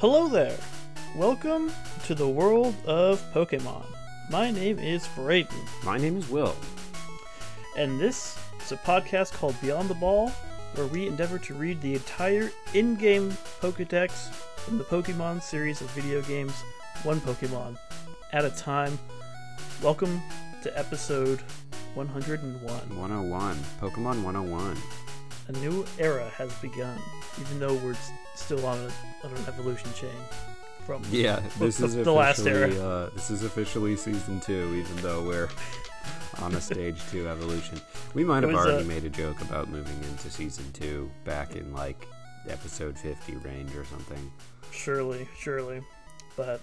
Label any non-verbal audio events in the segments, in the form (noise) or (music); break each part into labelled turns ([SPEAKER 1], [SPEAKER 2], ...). [SPEAKER 1] Hello there! Welcome to the world of Pokemon. My name is Brayden,
[SPEAKER 2] My name is Will.
[SPEAKER 1] and this is a podcast called Beyond the Ball, where we endeavor to read the entire in game Pokedex from the Pokemon series of video games, one Pokemon at a time. Welcome to episode 101.
[SPEAKER 2] 101. Pokemon 101.
[SPEAKER 1] A new era has begun, even though we're s- still on, a, on an evolution chain from
[SPEAKER 2] Yeah, (laughs) this
[SPEAKER 1] the,
[SPEAKER 2] is
[SPEAKER 1] (laughs) the last era.
[SPEAKER 2] officially, Uh, this is officially season two, even though we're (laughs) on a stage two evolution. We might
[SPEAKER 1] It
[SPEAKER 2] have
[SPEAKER 1] was,
[SPEAKER 2] already
[SPEAKER 1] uh,
[SPEAKER 2] made a joke about moving into season two back in like episode 50 range or something.
[SPEAKER 1] surely surely but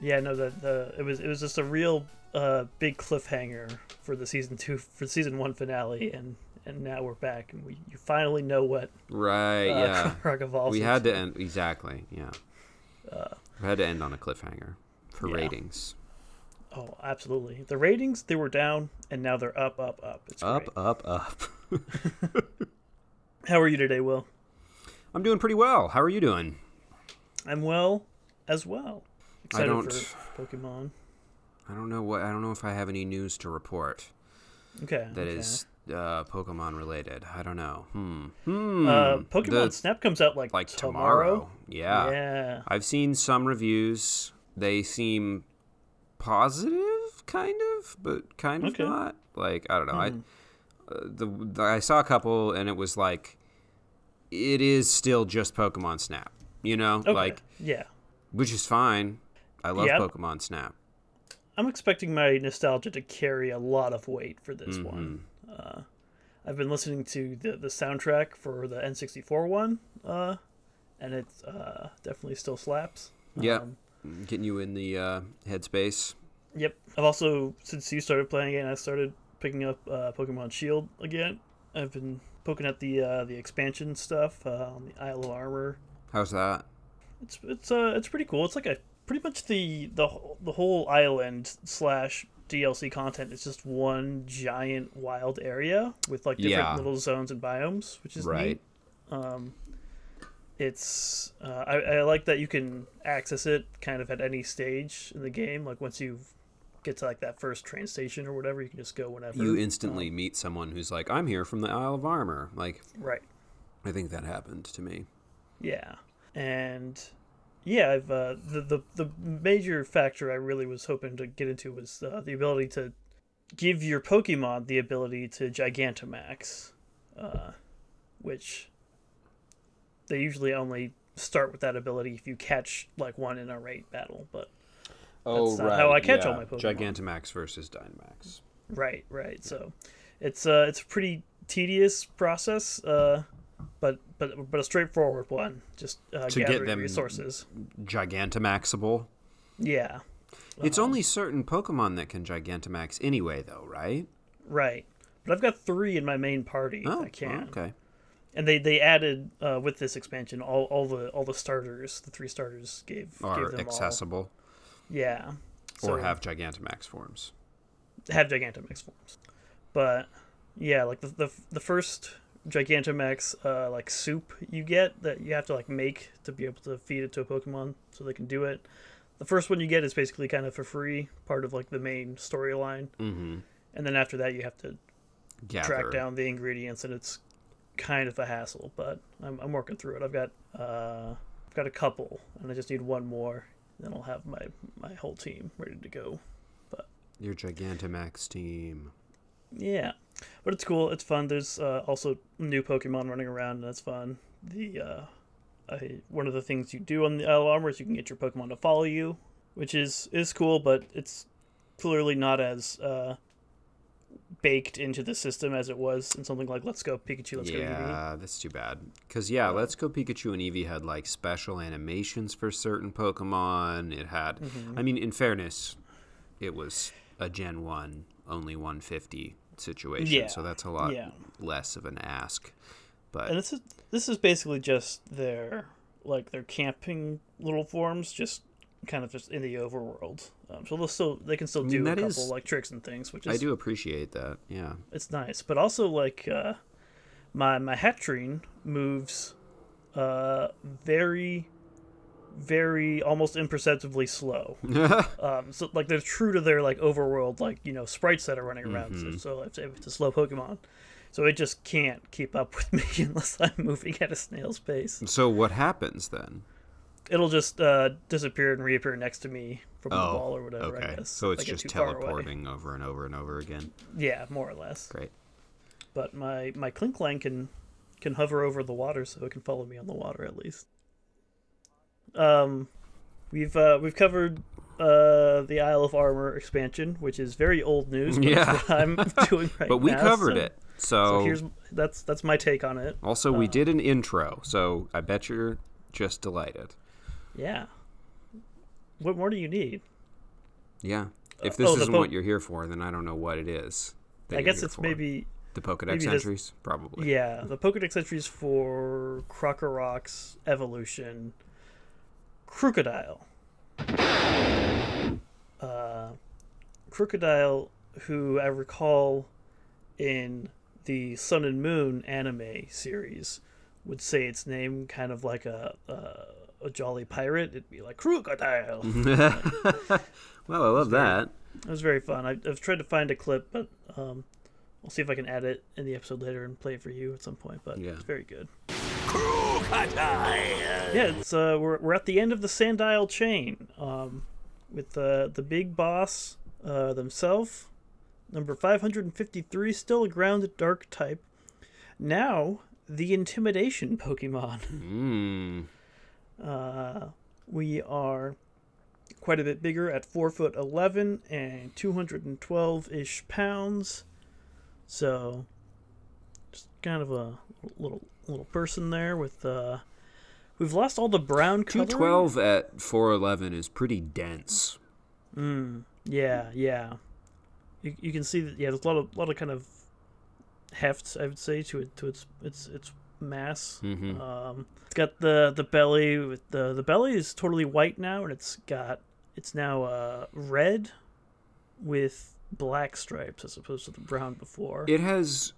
[SPEAKER 1] yeah no that the it was it was just a real uh big cliffhanger for the season two for the season one finale and and now we're back and we you finally know what uh, (laughs)
[SPEAKER 2] Right, yeah.
[SPEAKER 1] Croc evolves
[SPEAKER 2] we had
[SPEAKER 1] into.
[SPEAKER 2] to end exactly, yeah.
[SPEAKER 1] Uh,
[SPEAKER 2] we had to end on a cliffhanger for
[SPEAKER 1] yeah.
[SPEAKER 2] ratings.
[SPEAKER 1] oh absolutely the ratings they were down and now they're up up up it's
[SPEAKER 2] Up,
[SPEAKER 1] great.
[SPEAKER 2] up, up.
[SPEAKER 1] how are you today will
[SPEAKER 2] I'm doing pretty well. How are you doing?
[SPEAKER 1] i'm well as well
[SPEAKER 2] I
[SPEAKER 1] excited
[SPEAKER 2] don't-
[SPEAKER 1] for pokemon
[SPEAKER 2] I don't know what I don't know if I have any news to report.
[SPEAKER 1] okay
[SPEAKER 2] That
[SPEAKER 1] okay.
[SPEAKER 2] is uh, Pokemon related. I don't know. Hmm. Hmm.
[SPEAKER 1] uh pokemon
[SPEAKER 2] The-
[SPEAKER 1] snap comes out like
[SPEAKER 2] like tomorrow. Yeah.
[SPEAKER 1] yeah
[SPEAKER 2] I've seen some reviews. They seem positive, kind of, but kind of
[SPEAKER 1] Okay. Hmm.
[SPEAKER 2] not. Like I don't know. I uh, the, the I saw a couple, and it was like it is still just Pokemon Snap. You know,
[SPEAKER 1] okay.
[SPEAKER 2] like
[SPEAKER 1] yeah
[SPEAKER 2] which is fine. I love
[SPEAKER 1] Yep.
[SPEAKER 2] Pokemon Snap.
[SPEAKER 1] I'm expecting my nostalgia to carry a lot of weight for this one. Uh, I've been listening to the, the soundtrack for the N64 one, uh, and it uh, definitely still slaps.
[SPEAKER 2] Yeah. Getting you in the uh, headspace.
[SPEAKER 1] Yep. I've also, since you started playing it, I started picking up uh, Pokemon Shield again. I've been poking at the uh, the expansion stuff uh, on the Isle of Armor.
[SPEAKER 2] How's that?
[SPEAKER 1] It's it's uh it's pretty cool. It's like a pretty much the the wh- the whole island slash DLC content is just one giant wild area with like different
[SPEAKER 2] Yeah.
[SPEAKER 1] little zones and biomes, which is
[SPEAKER 2] right.
[SPEAKER 1] neat. It's uh, I I like that you can access it kind of at any stage in the game. Like once you get to like that first train station or whatever, you can just go whenever.
[SPEAKER 2] you
[SPEAKER 1] Oh.
[SPEAKER 2] instantly meet someone who's like, I'm here from the Isle of Armor. Like,
[SPEAKER 1] right.
[SPEAKER 2] I think that happened to me.
[SPEAKER 1] Yeah, and yeah, I've uh, the, the the major factor I really was hoping to get into was uh, the ability to give your Pokemon the ability to Gigantamax, uh, which they usually only start with that ability if you catch like one in a raid battle. But
[SPEAKER 2] Oh,
[SPEAKER 1] That's not right, how I catch all yeah. my Pokemon.
[SPEAKER 2] Gigantamax versus Dynamax.
[SPEAKER 1] right, right, so it's uh it's a pretty tedious process. Uh, but, but but a straightforward one, just uh,
[SPEAKER 2] To get
[SPEAKER 1] gathering
[SPEAKER 2] them-
[SPEAKER 1] resources.
[SPEAKER 2] Gigantamaxable.
[SPEAKER 1] Yeah,
[SPEAKER 2] It's
[SPEAKER 1] Uh-huh.
[SPEAKER 2] only certain Pokemon that can Gigantamax anyway, though, right?
[SPEAKER 1] Right. But I've got three in my main party
[SPEAKER 2] Oh,
[SPEAKER 1] that can.
[SPEAKER 2] okay.
[SPEAKER 1] And they, they added uh, with this expansion all, all the all the starters, the three starters gave gave
[SPEAKER 2] Are
[SPEAKER 1] them
[SPEAKER 2] accessible
[SPEAKER 1] all. Yeah. So,
[SPEAKER 2] or have Gigantamax forms.
[SPEAKER 1] have Gigantamax forms. But yeah, like the the, the first Gigantamax uh, like soup you get that you have to like make to be able to feed it to a Pokemon so they can do it. The first one you get is basically kind of for free, part of like the main storyline.
[SPEAKER 2] Mm.
[SPEAKER 1] Mm-hmm. And then after that, you have to
[SPEAKER 2] Gather.
[SPEAKER 1] track down the ingredients and it's kind of a hassle but i'm, I'm working through it i've got uh i've got a couple and i just need one more then i'll have my my whole team ready to go
[SPEAKER 2] Your Gigantamax team.
[SPEAKER 1] yeah but it's cool it's fun there's uh, also new pokemon running around and that's fun the uh I, one of the things you do on the Isle of Armor is you can get your Pokemon to follow you, which is is cool, but it's clearly not as uh, baked into the system as it was in something like Let's Go Pikachu, Let's Go Eevee.
[SPEAKER 2] yeah, that's too bad. Because, yeah, Let's Go Pikachu and Eevee had, like, special animations for certain Pokemon. It had,
[SPEAKER 1] Mm-hmm.
[SPEAKER 2] I mean, in fairness, it was a Gen 1, only 150 situation.
[SPEAKER 1] Yeah,
[SPEAKER 2] So that's a lot
[SPEAKER 1] yeah.
[SPEAKER 2] less of an ask. But
[SPEAKER 1] And this is this is basically just their like their camping little forms, just kind of just in the overworld. Um, so they'll still they can still do a
[SPEAKER 2] that
[SPEAKER 1] couple
[SPEAKER 2] is-
[SPEAKER 1] like tricks and things, which is
[SPEAKER 2] I do appreciate that. Yeah.
[SPEAKER 1] it's nice. But also like uh, my my Hatrine moves uh, very very almost imperceptibly
[SPEAKER 2] (laughs)
[SPEAKER 1] slow. Um, so like they're true to their like overworld like you know sprites that are running around.
[SPEAKER 2] Mm-hmm.
[SPEAKER 1] So, so if, if it's a slow Pokemon, so it just can't keep up (laughs) with me unless I'm moving at a snail's pace.
[SPEAKER 2] so what happens then?
[SPEAKER 1] It'll just uh, disappear and reappear next to me from the
[SPEAKER 2] Oh,
[SPEAKER 1] wall or whatever. I
[SPEAKER 2] okay.
[SPEAKER 1] guess.
[SPEAKER 2] So it's
[SPEAKER 1] If I get
[SPEAKER 2] just
[SPEAKER 1] too far away.
[SPEAKER 2] teleporting over and over and over again.
[SPEAKER 1] Yeah, more or less.
[SPEAKER 2] Great.
[SPEAKER 1] But my my Klinklang can can hover over the water, so it can follow me on the water at least. Um, we've uh, we've covered uh, the Isle of Armor expansion, which is very old news. But
[SPEAKER 2] Yeah.
[SPEAKER 1] it's what
[SPEAKER 2] (laughs)
[SPEAKER 1] I'm doing right
[SPEAKER 2] But we
[SPEAKER 1] now,
[SPEAKER 2] covered
[SPEAKER 1] so-
[SPEAKER 2] it. Oh. So,
[SPEAKER 1] So here's uh, that's that's my take on it.
[SPEAKER 2] also we did an intro, so I bet you're just delighted.
[SPEAKER 1] Yeah. What more do you need?
[SPEAKER 2] Yeah. If this
[SPEAKER 1] oh, the
[SPEAKER 2] isn't
[SPEAKER 1] po-
[SPEAKER 2] what you're here for, then I don't know what it is. that
[SPEAKER 1] I
[SPEAKER 2] you're
[SPEAKER 1] guess
[SPEAKER 2] here
[SPEAKER 1] it's
[SPEAKER 2] for.
[SPEAKER 1] maybe
[SPEAKER 2] the Pokedex
[SPEAKER 1] maybe this-
[SPEAKER 2] entries, probably.
[SPEAKER 1] yeah the Pokedex entries for Crocorock's evolution, Crocodile. Uh, Crocodile, who I recall in the Sun and Moon anime series, would say its name kind of like a a, a jolly pirate. It'd be like Crocodile.
[SPEAKER 2] well, I love that.
[SPEAKER 1] It was very fun. I, I've tried to find a clip, but um, I'll see if I can add it in the episode later and play it for you at some point. But
[SPEAKER 2] Yeah.
[SPEAKER 1] it's very good. Yeah, it's uh, we're we're at the end of the Sandile chain, um, with uh, the the big boss uh, themselves, number five hundred and fifty three, still a ground dark type. Now the intimidation Pokemon.
[SPEAKER 2] Mm.
[SPEAKER 1] Uh, we are quite a bit bigger at four foot eleven and two hundred and twelve ish pounds. So, just kind of a little little person there with. Uh, we've lost all the brown coloring.
[SPEAKER 2] 212 at 411 is pretty dense.
[SPEAKER 1] Yeah, yeah. You, you can see that. Yeah, there's a lot of lot of kind of heft, I would say, to it to its its its mass.
[SPEAKER 2] Mhm.
[SPEAKER 1] Um, it's got the the belly with the the belly is totally white now, and it's got it's now uh red with black stripes as opposed to the brown before.
[SPEAKER 2] It has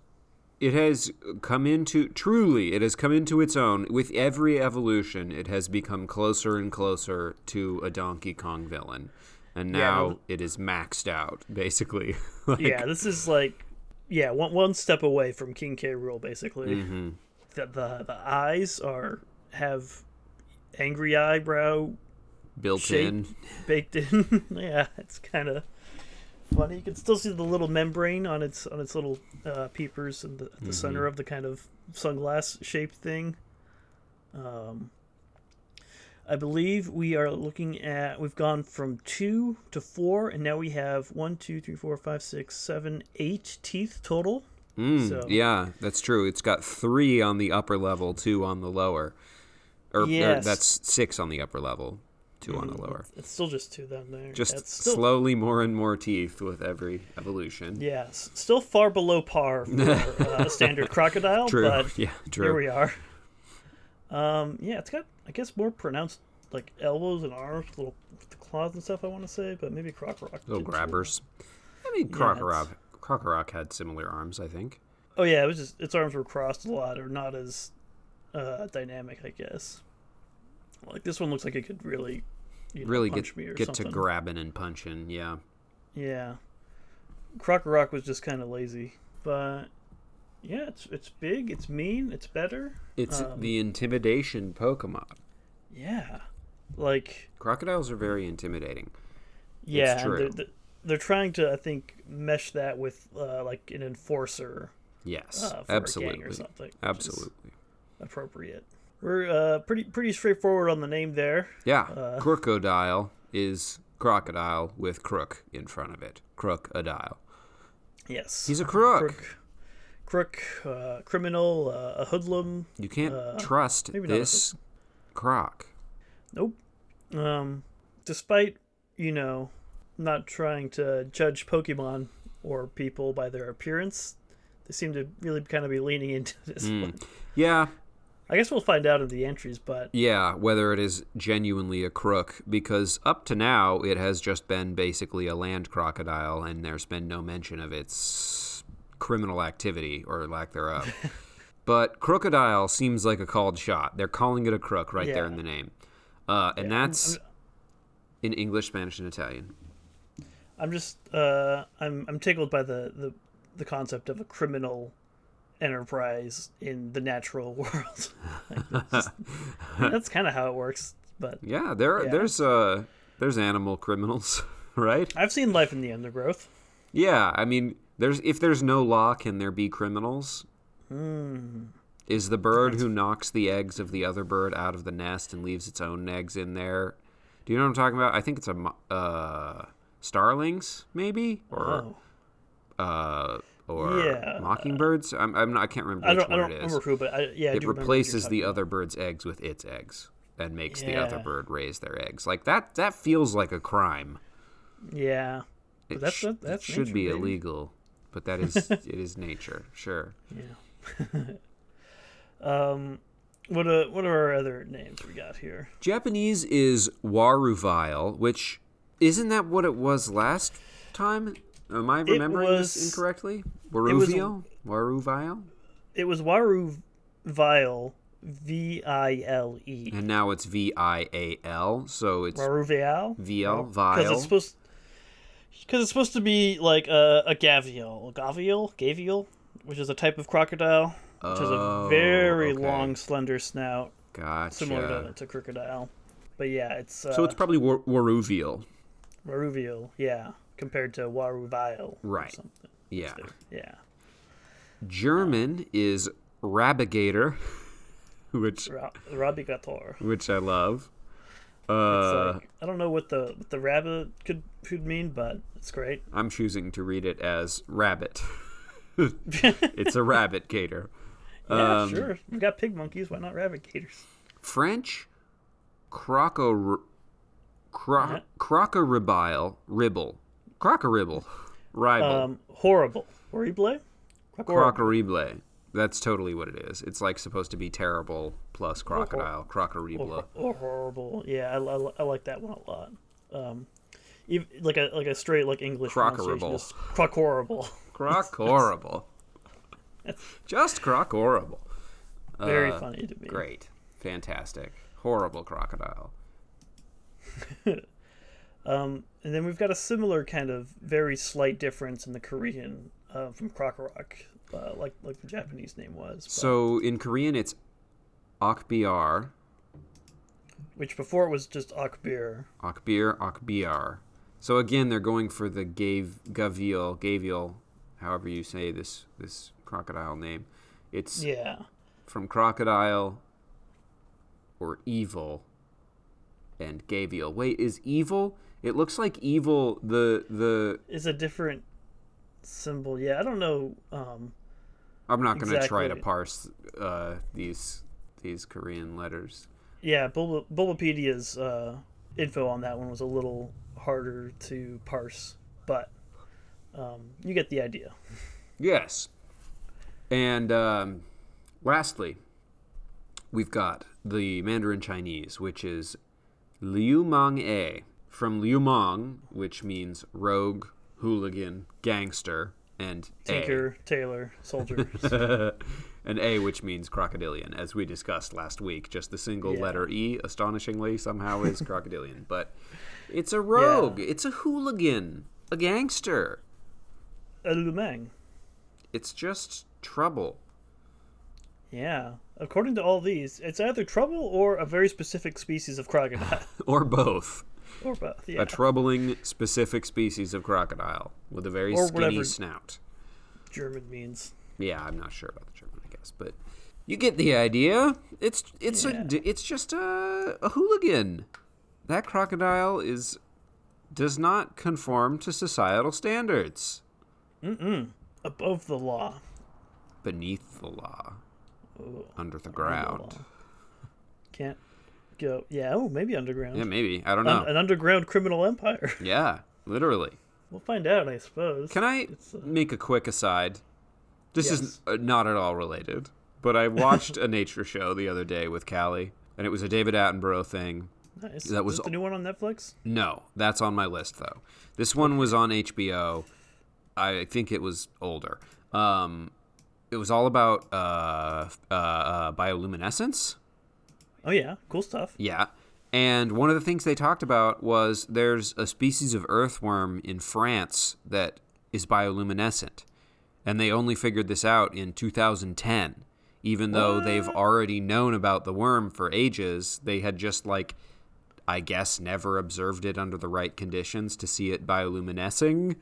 [SPEAKER 2] it has come into truly it has come into its own with every evolution it has become closer and closer to a Donkey Kong villain. And
[SPEAKER 1] Yeah,
[SPEAKER 2] now
[SPEAKER 1] no.
[SPEAKER 2] it is maxed out (laughs) basically. Like,
[SPEAKER 1] yeah, this is like yeah one one step away from King K. Rule basically.
[SPEAKER 2] mhm.
[SPEAKER 1] The, the the eyes are have angry eyebrow
[SPEAKER 2] built
[SPEAKER 1] Shape.
[SPEAKER 2] in.
[SPEAKER 1] baked in. (laughs) yeah, it's kind of funny. You can still see the little membrane on its on its little uh, peepers and the, at the center
[SPEAKER 2] Mm-hmm.
[SPEAKER 1] of the kind of sunglass shaped thing. Um, I believe we are looking at we've gone from two to four, and now we have one, two, three, four, five, six, seven, eight teeth total.
[SPEAKER 2] Mm,
[SPEAKER 1] So-
[SPEAKER 2] Yeah, that's true. It's got 3 on the upper level, 2 on the lower. Or, or
[SPEAKER 1] Yes.
[SPEAKER 2] that's 6 on the upper level, 2 on the lower.
[SPEAKER 1] It's still just two down there.
[SPEAKER 2] just
[SPEAKER 1] That's still,
[SPEAKER 2] slowly more and more teeth with every evolution.
[SPEAKER 1] Yeah, s- still far below par
[SPEAKER 2] (laughs)
[SPEAKER 1] for uh, a standard crocodile,
[SPEAKER 2] True.
[SPEAKER 1] but
[SPEAKER 2] (laughs) yeah, true.
[SPEAKER 1] oh, Here we are. Um, yeah, it's got I guess more pronounced like elbows and arms, little with the claws and stuff. I want to say, but maybe Croc Rock.
[SPEAKER 2] Little
[SPEAKER 1] did too.
[SPEAKER 2] grabbers. I mean,
[SPEAKER 1] it's-
[SPEAKER 2] Krokorok, Krokorok had similar arms, I think.
[SPEAKER 1] Oh yeah, it was just its arms were crossed a lot, or not as uh, dynamic, I guess. Like this one looks like it could really, you know,
[SPEAKER 2] Really
[SPEAKER 1] punch
[SPEAKER 2] get
[SPEAKER 1] me or
[SPEAKER 2] get
[SPEAKER 1] something.
[SPEAKER 2] to grabbing and punching. Yeah.
[SPEAKER 1] Yeah. Crocorock was just kind of lazy, but yeah, it's it's big, it's mean, it's better.
[SPEAKER 2] It's
[SPEAKER 1] Um,
[SPEAKER 2] the intimidation Pokemon.
[SPEAKER 1] Yeah, like
[SPEAKER 2] Crocodiles are very intimidating.
[SPEAKER 1] Yeah, and
[SPEAKER 2] true.
[SPEAKER 1] They're, they're- they're trying to, I think, mesh that with uh, like an enforcer
[SPEAKER 2] Yes,
[SPEAKER 1] uh, for a gang or
[SPEAKER 2] absolutely.
[SPEAKER 1] something. which is
[SPEAKER 2] Absolutely.
[SPEAKER 1] appropriate. We're uh, pretty pretty straightforward on the name there.
[SPEAKER 2] Yeah. crocodile is crocodile with crook in front of it. Crocodile.
[SPEAKER 1] Yes,
[SPEAKER 2] He's a crook.
[SPEAKER 1] crook, uh, criminal, uh, a hoodlum.
[SPEAKER 2] You can't trust
[SPEAKER 1] not a
[SPEAKER 2] this croc.
[SPEAKER 1] Nope. Um, despite you know not trying to judge Pokemon or people by their appearance, they seem to really kind of be leaning into this
[SPEAKER 2] Hmm.
[SPEAKER 1] one.
[SPEAKER 2] Yeah,
[SPEAKER 1] I guess we'll find out in the entries, but
[SPEAKER 2] yeah, whether it is genuinely a crook, because up to now it has just been basically a land crocodile and there's been no mention of its criminal activity or
[SPEAKER 1] (laughs)
[SPEAKER 2] lack thereof. but crocodile seems like a called shot. They're calling it a crook right there
[SPEAKER 1] Yeah.
[SPEAKER 2] in the name. Uh, and that's in English, Spanish, and Italian.
[SPEAKER 1] I'm just uh, I'm I'm tickled by the, the the concept of a criminal enterprise in the natural (laughs) world. Like, it's
[SPEAKER 2] (laughs)
[SPEAKER 1] just- that's kind of how it works. But
[SPEAKER 2] Yeah, there
[SPEAKER 1] Yeah.
[SPEAKER 2] there's uh there's animal criminals, (laughs) right?
[SPEAKER 1] I've seen Life in the Undergrowth.
[SPEAKER 2] Yeah, I mean, there's if there's no law, can there be criminals?
[SPEAKER 1] Hmm.
[SPEAKER 2] Is the bird who knocks the eggs of the other bird out of the nest and leaves its own eggs in there? Do you know what I'm talking about? I think it's a mo- uh, starlings, maybe, or
[SPEAKER 1] Oh,
[SPEAKER 2] uh, or
[SPEAKER 1] Yeah.
[SPEAKER 2] mockingbirds. I'm, I'm not. I can't remember
[SPEAKER 1] I
[SPEAKER 2] which
[SPEAKER 1] don't I
[SPEAKER 2] one
[SPEAKER 1] don't
[SPEAKER 2] it is.
[SPEAKER 1] remember who, but I, yeah, I
[SPEAKER 2] it
[SPEAKER 1] do remember what you're
[SPEAKER 2] replaces
[SPEAKER 1] talking
[SPEAKER 2] the other bird's eggs with its eggs and makes the other
[SPEAKER 1] Yeah.
[SPEAKER 2] bird raise their eggs. Like that. That feels like a crime.
[SPEAKER 1] about. Yeah,
[SPEAKER 2] It,
[SPEAKER 1] that's-
[SPEAKER 2] sh-
[SPEAKER 1] that-
[SPEAKER 2] it
[SPEAKER 1] that's
[SPEAKER 2] should be
[SPEAKER 1] nature, baby.
[SPEAKER 2] illegal, but
[SPEAKER 1] (laughs)
[SPEAKER 2] that is it is nature. Sure.
[SPEAKER 1] what uh, what are our other names we got here?
[SPEAKER 2] Japanese is waruvile, which isn't that what it was last time? Am I remembering this
[SPEAKER 1] was-
[SPEAKER 2] incorrectly?
[SPEAKER 1] was-
[SPEAKER 2] Waruvio? Waruvile?
[SPEAKER 1] It was Waru Vile, V I L E.
[SPEAKER 2] And now it's V I A L, so it's
[SPEAKER 1] Waru Vial?
[SPEAKER 2] Vial,
[SPEAKER 1] because
[SPEAKER 2] Vile.
[SPEAKER 1] it's supposed because it's supposed to be like a, a gavial, gavial, gavial, which is a type of crocodile, which has a
[SPEAKER 2] Oh,
[SPEAKER 1] very
[SPEAKER 2] okay.
[SPEAKER 1] long, slender snout, similar to,
[SPEAKER 2] Gotcha.
[SPEAKER 1] to crocodile. But yeah, it's uh,
[SPEAKER 2] So it's probably war- Waruvial.
[SPEAKER 1] Waruvial, yeah, compared to Waruvial, or
[SPEAKER 2] Right.
[SPEAKER 1] something.
[SPEAKER 2] Yeah.
[SPEAKER 1] Yeah,
[SPEAKER 2] German is Rabigator, (laughs) which
[SPEAKER 1] Ra- Rabigator.
[SPEAKER 2] which I love.
[SPEAKER 1] It's
[SPEAKER 2] Uh,
[SPEAKER 1] like I don't know what the what the rabbit could could mean, but it's great.
[SPEAKER 2] I'm choosing to read it as rabbit. it's a rabbit gator.
[SPEAKER 1] Yeah,
[SPEAKER 2] Um,
[SPEAKER 1] sure. We've got pig monkeys. Why not rabbit gators?
[SPEAKER 2] French croco cro, crocoribile ribble crocoribble rival
[SPEAKER 1] Um, horrible. Horrible. Horrible.
[SPEAKER 2] crocorible. That's totally what it is. It's like supposed to be terrible plus crocodile crocorible.
[SPEAKER 1] or horrible. Yeah, I, I, I like that one a lot. Um, ev like a like a straight like English pronunciation
[SPEAKER 2] Crocorable.
[SPEAKER 1] is crocorable. (laughs)
[SPEAKER 2] Crocorable. Just crocorable.
[SPEAKER 1] Very
[SPEAKER 2] (laughs) Uh,
[SPEAKER 1] funny to me.
[SPEAKER 2] Great. Fantastic. Horrible crocodile.
[SPEAKER 1] Um, and then we've got a similar kind of very slight difference in the Korean uh, from crocorok, uh, like like the Japanese name was, but-
[SPEAKER 2] So in Korean, it's akbiar,
[SPEAKER 1] which before it was just akbir.
[SPEAKER 2] akbir, akbiar. So again, they're going for the gave, gavial, gavial, however you say this this crocodile name. It's
[SPEAKER 1] Yeah,
[SPEAKER 2] from crocodile or evil and gavial. Wait, is evil? It looks like evil. The the
[SPEAKER 1] is a different symbol. Yeah, I don't know. Um,
[SPEAKER 2] I'm not going to try to
[SPEAKER 1] Exactly.
[SPEAKER 2] parse uh, these these Korean letters.
[SPEAKER 1] Yeah, Bulb- Bulbapedia's uh, info on that one was a little harder to parse, but um, you get the idea.
[SPEAKER 2] Yes. And um, lastly, we've got the Mandarin Chinese, which is Liu Mang E, from Liu Mang, which means rogue, hooligan, gangster, and
[SPEAKER 1] Tinker, Taylor,
[SPEAKER 2] (laughs)
[SPEAKER 1] soldier.
[SPEAKER 2] A. and A, which means crocodilian, as we discussed last week. Just the single
[SPEAKER 1] Yeah.
[SPEAKER 2] letter E, astonishingly,
[SPEAKER 1] (laughs)
[SPEAKER 2] somehow is crocodilian. But it's a rogue, it's a hooligan, a gangster.
[SPEAKER 1] Lumang.
[SPEAKER 2] It's just trouble.
[SPEAKER 1] Yeah. According to all these, it's either trouble or a very specific species of
[SPEAKER 2] (laughs)
[SPEAKER 1] crocodile,
[SPEAKER 2] Or both.
[SPEAKER 1] or both. Yeah.
[SPEAKER 2] a troubling specific species of crocodile with a very
[SPEAKER 1] Or
[SPEAKER 2] skinny
[SPEAKER 1] whatever-
[SPEAKER 2] snout.
[SPEAKER 1] German means.
[SPEAKER 2] Yeah, I'm not sure about the German, I guess, but you get the idea. It's it's a
[SPEAKER 1] Yeah.
[SPEAKER 2] d it's just a, a hooligan. That crocodile is does not conform to societal standards.
[SPEAKER 1] Above the law.
[SPEAKER 2] Beneath the law, under the ground.
[SPEAKER 1] Can't go. Yeah, oh, maybe underground.
[SPEAKER 2] Yeah, oh. maybe I don't
[SPEAKER 1] An-
[SPEAKER 2] know.
[SPEAKER 1] An underground criminal empire. (laughs)
[SPEAKER 2] Yeah, literally.
[SPEAKER 1] we'll find out, I suppose.
[SPEAKER 2] Can I make a quick aside? This
[SPEAKER 1] Yes.
[SPEAKER 2] is uh, not at all related, but I watched a nature show the other day with Callie, and it was a David Attenborough thing.
[SPEAKER 1] Nice.
[SPEAKER 2] That was-
[SPEAKER 1] Is it the new one on Netflix?
[SPEAKER 2] No, that's on my list though. This one was on HBO. I think it was older. Um, it was all about uh, uh, uh, bioluminescence.
[SPEAKER 1] Oh, yeah. Cool stuff.
[SPEAKER 2] Yeah. And one of the things they talked about was there's a species of earthworm in France that is bioluminescent. And they only figured this out in 2010. Even though they've already known about the worm for ages, they had just, like, I guess, never observed it under the right conditions to see it bioluminescing.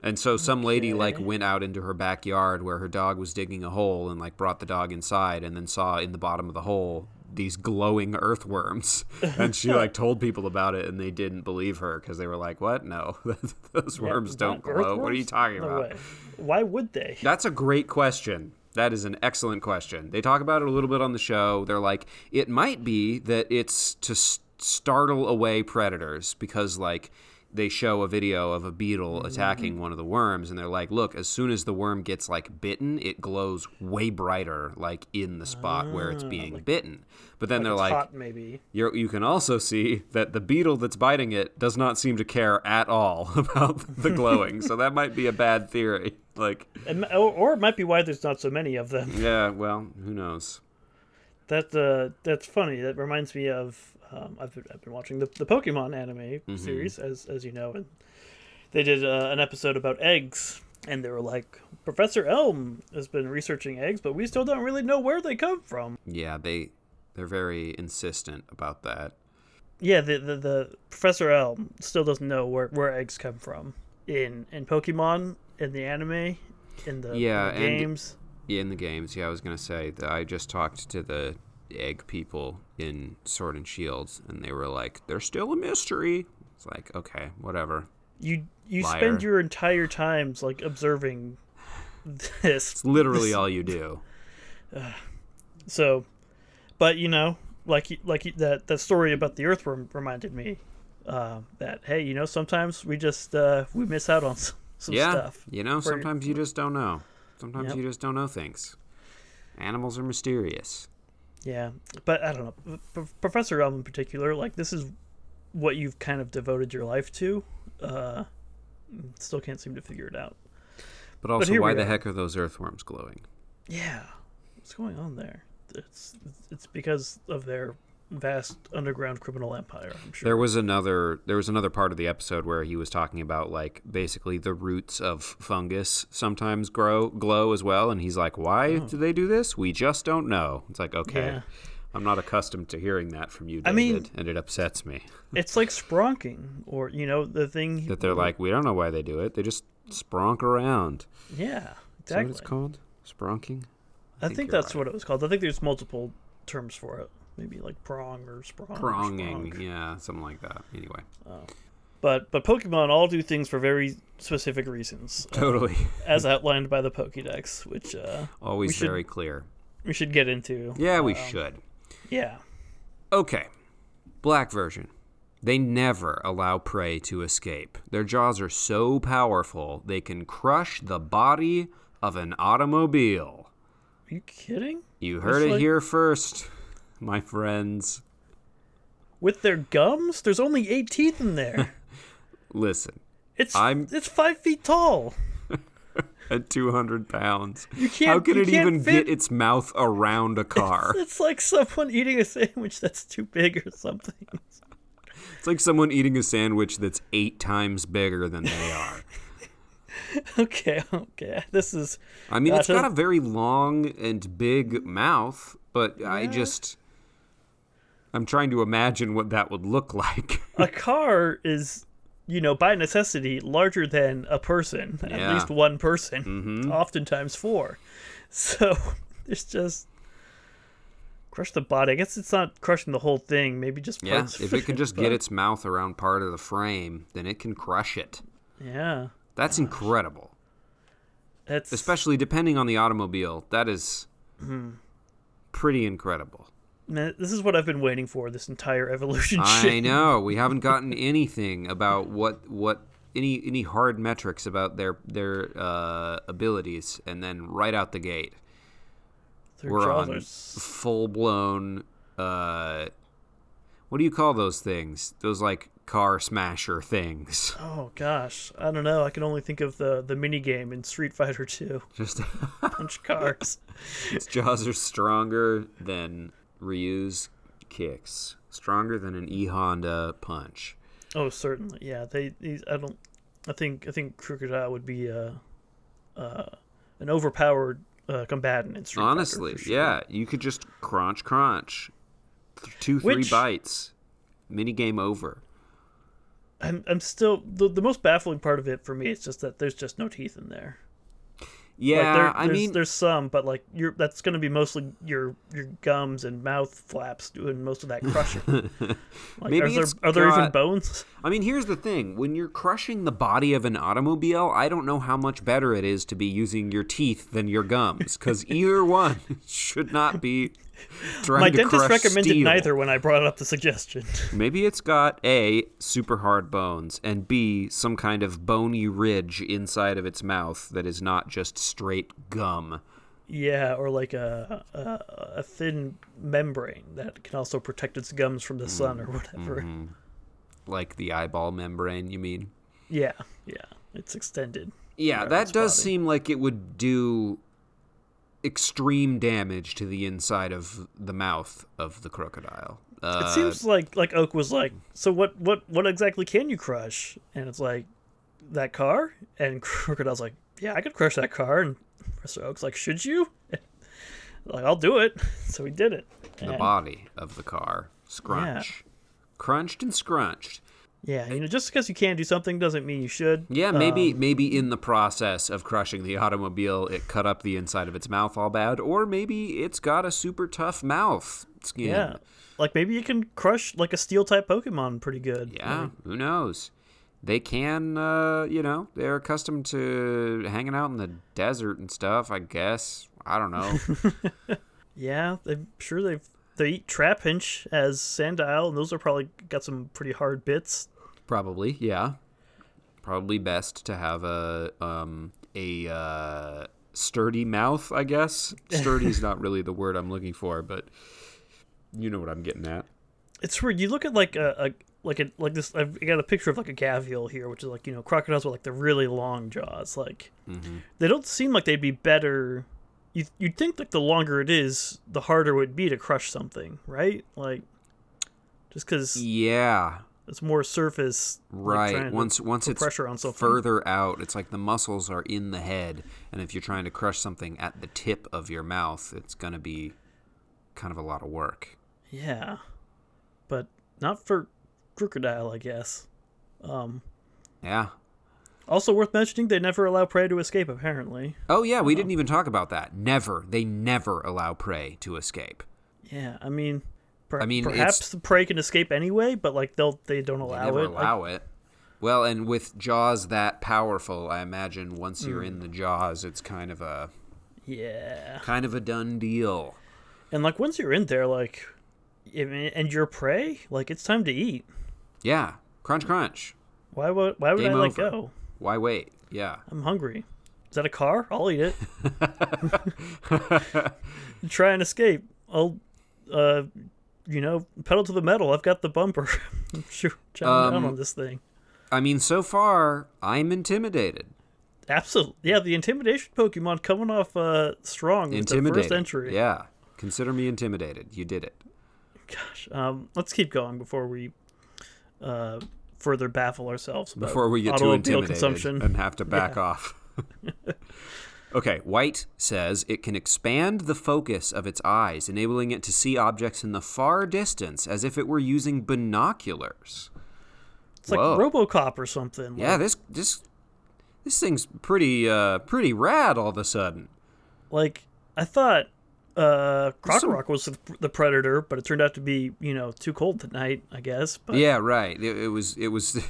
[SPEAKER 2] And so some lady like went out into her backyard where her dog was digging a hole and like brought the dog inside and then saw in the bottom of the hole these glowing earthworms (laughs) and she like told people about it and they didn't believe her because they were like what no (laughs) those worms don't glow what are you
[SPEAKER 1] Earthworms?
[SPEAKER 2] talking
[SPEAKER 1] No
[SPEAKER 2] about
[SPEAKER 1] way. Why would they?
[SPEAKER 2] that's a great question. That is an excellent question. They talk about it a little bit on the show. They're like, it might be that it's to s- startle away predators because, like, they show a video of a beetle
[SPEAKER 1] Mm-hmm.
[SPEAKER 2] attacking one of the worms, and they're like, look, as soon as the worm gets, like, bitten, it glows way brighter, like, in the spot where it's being bitten. But then they're
[SPEAKER 1] Ah, It's
[SPEAKER 2] like,
[SPEAKER 1] hot, maybe.
[SPEAKER 2] you're, you can also see that the beetle that's biting it does not seem to care at all (laughs) about the glowing. so that might be a bad theory. Like,
[SPEAKER 1] It mi- Or, or it might be why there's not so many of them. (laughs)
[SPEAKER 2] yeah, well, who knows?
[SPEAKER 1] That uh, that's funny. That reminds me of um, I've been, I've been watching the, the Pokemon anime
[SPEAKER 2] Mm-hmm.
[SPEAKER 1] series as as you know, and they did uh, an episode about eggs, and they were like, Professor Elm has been researching eggs, but we still don't really know where they come from.
[SPEAKER 2] Yeah, they they're very insistent about that.
[SPEAKER 1] Yeah, the the, the Professor Elm still doesn't know where, where eggs come from in in Pokemon in the anime in the, in
[SPEAKER 2] Yeah,
[SPEAKER 1] the
[SPEAKER 2] and-
[SPEAKER 1] games.
[SPEAKER 2] In the games, yeah, I was gonna say that I just talked to the egg people in Sword and Shields, and they were like, "They're still a mystery." It's like, okay, whatever.
[SPEAKER 1] you you
[SPEAKER 2] Liar.
[SPEAKER 1] spend your entire times like observing this
[SPEAKER 2] It's literally all you do.
[SPEAKER 1] so but you know like you- like you- that that story about the earthworm reminded me uh, that hey you know sometimes we just uh, we miss out on some, (laughs) some
[SPEAKER 2] yeah,
[SPEAKER 1] stuff
[SPEAKER 2] you know,
[SPEAKER 1] Where-
[SPEAKER 2] sometimes you just don't know. Sometimes
[SPEAKER 1] Yep.
[SPEAKER 2] you just don't know things. Animals are mysterious.
[SPEAKER 1] yeah but i don't know P- professor elm in particular like this is what you've kind of devoted your life to uh still can't seem to figure it out
[SPEAKER 2] But also,
[SPEAKER 1] here
[SPEAKER 2] why
[SPEAKER 1] we
[SPEAKER 2] the
[SPEAKER 1] are.
[SPEAKER 2] heck are those earthworms glowing?
[SPEAKER 1] Yeah, what's going on there? It's it's because of their vast underground criminal empire. I'm sure.
[SPEAKER 2] There was another there was another part of the episode where he was talking about like basically the roots of fungus sometimes grow glow as well and he's like why do they do this? We just don't know. It's like okay.
[SPEAKER 1] Hmm. Yeah.
[SPEAKER 2] I'm not accustomed to hearing that from you David
[SPEAKER 1] I mean-
[SPEAKER 2] and it upsets me
[SPEAKER 1] It's like spronking, or you know the thing.
[SPEAKER 2] that they're like we don't know why they do it. They just spronk around.
[SPEAKER 1] yeah,
[SPEAKER 2] Is that what
[SPEAKER 1] exactly.
[SPEAKER 2] it's called? Spronking?
[SPEAKER 1] I
[SPEAKER 2] think
[SPEAKER 1] think,
[SPEAKER 2] you're
[SPEAKER 1] that's what it was called. I think there's multiple terms for it. Maybe like prong or sprong. or
[SPEAKER 2] Pronging.
[SPEAKER 1] Oh, spronk.
[SPEAKER 2] Yeah, something like that. Anyway.
[SPEAKER 1] But but Pokemon all do things for very specific reasons, uh,
[SPEAKER 2] Totally.
[SPEAKER 1] (laughs) as outlined by the Pokédex, which uh,
[SPEAKER 2] Always
[SPEAKER 1] should- Um,
[SPEAKER 2] very clear.
[SPEAKER 1] we should get into.
[SPEAKER 2] Yeah, we should.
[SPEAKER 1] Yeah.
[SPEAKER 2] Okay. Black version. They never allow prey to escape. Their jaws are so powerful, they can crush the body of an automobile.
[SPEAKER 1] Are you kidding?
[SPEAKER 2] You heard
[SPEAKER 1] It's
[SPEAKER 2] it
[SPEAKER 1] like-
[SPEAKER 2] here first, my friends.
[SPEAKER 1] With their gums? There's only eight teeth in
[SPEAKER 2] (laughs)
[SPEAKER 1] there.
[SPEAKER 2] Listen,
[SPEAKER 1] It's
[SPEAKER 2] I'm-
[SPEAKER 1] it's five feet tall.
[SPEAKER 2] at 200 pounds, you
[SPEAKER 1] can't-
[SPEAKER 2] how can
[SPEAKER 1] you
[SPEAKER 2] it
[SPEAKER 1] can't
[SPEAKER 2] even
[SPEAKER 1] fit-
[SPEAKER 2] get its mouth around
[SPEAKER 1] (laughs)
[SPEAKER 2] a car?
[SPEAKER 1] It's like someone eating a sandwich that's too big or something. (laughs)
[SPEAKER 2] it's like someone eating a sandwich that's eight times bigger than they are.
[SPEAKER 1] Okay, okay. This is
[SPEAKER 2] I mean, it's
[SPEAKER 1] Gotcha.
[SPEAKER 2] got a very long and big mouth, but I just. I'm trying to imagine what that would look (laughs) like.
[SPEAKER 1] a car is, you know, by necessity larger than a person.
[SPEAKER 2] Yeah. Mm-hmm.
[SPEAKER 1] At least one person. Oftentimes four. (laughs) So it's just crush the body. I guess it's not crushing the whole thing. Maybe just
[SPEAKER 2] yeah,
[SPEAKER 1] parts.
[SPEAKER 2] if it can just get its mouth around part of the frame, then it can crush it.
[SPEAKER 1] (laughs) yeah.
[SPEAKER 2] That's incredible.
[SPEAKER 1] That's
[SPEAKER 2] Especially depending on the automobile, that is pretty incredible.
[SPEAKER 1] man, this is what I've been waiting for this entire evolution.
[SPEAKER 2] I
[SPEAKER 1] shit. (laughs)
[SPEAKER 2] know we haven't gotten anything about what what any any hard metrics about their their uh, abilities, and then right out the gate,
[SPEAKER 1] Their
[SPEAKER 2] we're
[SPEAKER 1] jaws
[SPEAKER 2] on
[SPEAKER 1] are s-
[SPEAKER 2] full blown uh what do you call those things those like car smasher things (laughs)
[SPEAKER 1] Oh gosh, I don't know. I can only think of the the mini game in Street Fighter Two, (laughs)
[SPEAKER 2] just (laughs)
[SPEAKER 1] punch cars.
[SPEAKER 2] its jaws are stronger than Ryu's kicks Stronger than an E Honda punch.
[SPEAKER 1] Oh, certainly. Yeah, they. These, I don't. I think. I think crocodile would be uh, uh, an overpowered uh, combatant in Street Fighter,
[SPEAKER 2] Honestly,
[SPEAKER 1] for sure.
[SPEAKER 2] yeah, you could just crunch, crunch, Th- two, three
[SPEAKER 1] Which-
[SPEAKER 2] bites, mini game over.
[SPEAKER 1] I'm. I'm still the, the most baffling part of it for me. is just that there's just no teeth in there.
[SPEAKER 2] Yeah,
[SPEAKER 1] like there,
[SPEAKER 2] I
[SPEAKER 1] there's,
[SPEAKER 2] mean,
[SPEAKER 1] there's some, but like you're that's going to be mostly your your gums and mouth flaps doing most of that crushing.
[SPEAKER 2] (laughs)
[SPEAKER 1] like,
[SPEAKER 2] Maybe
[SPEAKER 1] are there
[SPEAKER 2] it's
[SPEAKER 1] are there even
[SPEAKER 2] got-
[SPEAKER 1] bones?
[SPEAKER 2] I mean, here's the thing: when you're crushing the body of an automobile, I don't know how much better it is to be using your teeth than your
[SPEAKER 1] (laughs)
[SPEAKER 2] gums, because either one should not be trying
[SPEAKER 1] My
[SPEAKER 2] to
[SPEAKER 1] dentist
[SPEAKER 2] crush
[SPEAKER 1] recommended
[SPEAKER 2] steel.
[SPEAKER 1] neither when I brought up the suggestion.
[SPEAKER 2] Maybe it's got a super hard bones and b some kind of bony ridge inside of its mouth that is not just straight gum.
[SPEAKER 1] yeah, or like a, a a thin membrane that can also protect its gums from the sun or
[SPEAKER 2] Mm,
[SPEAKER 1] whatever.
[SPEAKER 2] mm-hmm. like the eyeball membrane you mean
[SPEAKER 1] Yeah, yeah, it's extended.
[SPEAKER 2] yeah
[SPEAKER 1] Right,
[SPEAKER 2] that does
[SPEAKER 1] spotty.
[SPEAKER 2] seem like it would do extreme damage to the inside of the mouth of the crocodile uh,
[SPEAKER 1] It seems like like Oak was like, so what what what exactly can you crush? And it's like that car, and (laughs) Crocodile's like, yeah, I could crush that car. And Professor Oak's like, should you? (laughs) like, I'll do it. (laughs) So he did it.
[SPEAKER 2] the
[SPEAKER 1] And-
[SPEAKER 2] body of the car scrunch crunched and scrunched
[SPEAKER 1] yeah, you know, just because you can do something doesn't mean you should.
[SPEAKER 2] yeah maybe
[SPEAKER 1] Um,
[SPEAKER 2] maybe in the process of crushing the automobile it cut up the inside of its mouth all bad or maybe it's got a super tough mouth skin
[SPEAKER 1] Yeah, like maybe you can crush like a steel type Pokemon pretty good.
[SPEAKER 2] Yeah, who knows? They can, uh, you know, they're accustomed to hanging out in the desert and stuff, I guess. I don't know.
[SPEAKER 1] Yeah, I'm sure they've they eat Trapinch as Sandile, and those are probably got some pretty hard bits.
[SPEAKER 2] (laughs) Probably, yeah. Probably best to have a um a uh sturdy mouth, I guess. Sturdy's not really the word I'm looking for, but you know what I'm getting at.
[SPEAKER 1] It's weird. You look at like a, a like a like this. I've got a picture of like a gavial here, which is like you know crocodiles with like the really long jaws. Like
[SPEAKER 2] Mm-hmm.
[SPEAKER 1] they don't seem like they'd be better. You you'd think like the longer it is, the harder it would be to crush something, right? Like just because
[SPEAKER 2] (laughs) Yeah,
[SPEAKER 1] it's more surface. like,
[SPEAKER 2] right.
[SPEAKER 1] trying to
[SPEAKER 2] once once
[SPEAKER 1] put
[SPEAKER 2] it's
[SPEAKER 1] pressure on something.
[SPEAKER 2] further out, it's like the muscles are in the head, and if you're trying to crush something at the tip of your mouth, it's gonna be kind of a lot of work.
[SPEAKER 1] Yeah. But not for crocodile, I guess. Um
[SPEAKER 2] Yeah.
[SPEAKER 1] also worth mentioning they never allow prey to escape apparently.
[SPEAKER 2] Oh yeah, we didn't even talk about that. Never. They never allow prey to escape.
[SPEAKER 1] Yeah, I mean per-
[SPEAKER 2] I mean, it's-
[SPEAKER 1] perhaps the prey can escape anyway, but like they'll they don't
[SPEAKER 2] They
[SPEAKER 1] allow
[SPEAKER 2] never
[SPEAKER 1] it.
[SPEAKER 2] allow it. Well, and with jaws that powerful, I imagine once you're
[SPEAKER 1] Hmm.
[SPEAKER 2] in the jaws, it's kind of a
[SPEAKER 1] Like, yeah.
[SPEAKER 2] kind of a done deal.
[SPEAKER 1] And like once you're in there like I mean, and you're prey, like it's time to eat.
[SPEAKER 2] Yeah. Crunch crunch.
[SPEAKER 1] Why would why would
[SPEAKER 2] Game
[SPEAKER 1] I let
[SPEAKER 2] over.
[SPEAKER 1] go?
[SPEAKER 2] Why wait? Yeah.
[SPEAKER 1] I'm hungry. Is that a car? I'll
[SPEAKER 2] (laughs)
[SPEAKER 1] eat it. Try and escape. I'll, uh, you know, pedal to the metal. I've got the bumper. (laughs) I'm sure chowing
[SPEAKER 2] Um,
[SPEAKER 1] down on this thing.
[SPEAKER 2] I mean, so far, I'm intimidated.
[SPEAKER 1] Absolutely. Yeah, the intimidation Pokemon coming off uh, strong with the
[SPEAKER 2] intimidated.
[SPEAKER 1] first entry.
[SPEAKER 2] Yeah. Consider me intimidated. You did it.
[SPEAKER 1] Gosh. Um, let's keep going before we uh, further baffle ourselves. About
[SPEAKER 2] Before we get too
[SPEAKER 1] Uh, automobile
[SPEAKER 2] intimidated
[SPEAKER 1] consumption.
[SPEAKER 2] and have to back off. (laughs) okay, White says it can expand the focus of its eyes, enabling it to see objects in the far distance as if it were using binoculars.
[SPEAKER 1] it's like
[SPEAKER 2] Whoa.
[SPEAKER 1] Robocop or something.
[SPEAKER 2] Yeah, this this this thing's pretty uh pretty rad all of a sudden.
[SPEAKER 1] Like I thought, uh, Croc
[SPEAKER 2] Some-
[SPEAKER 1] Rock was the, the predator, but it turned out to be you know too cold tonight. I guess. But
[SPEAKER 2] Yeah, right. It, it was it was (laughs)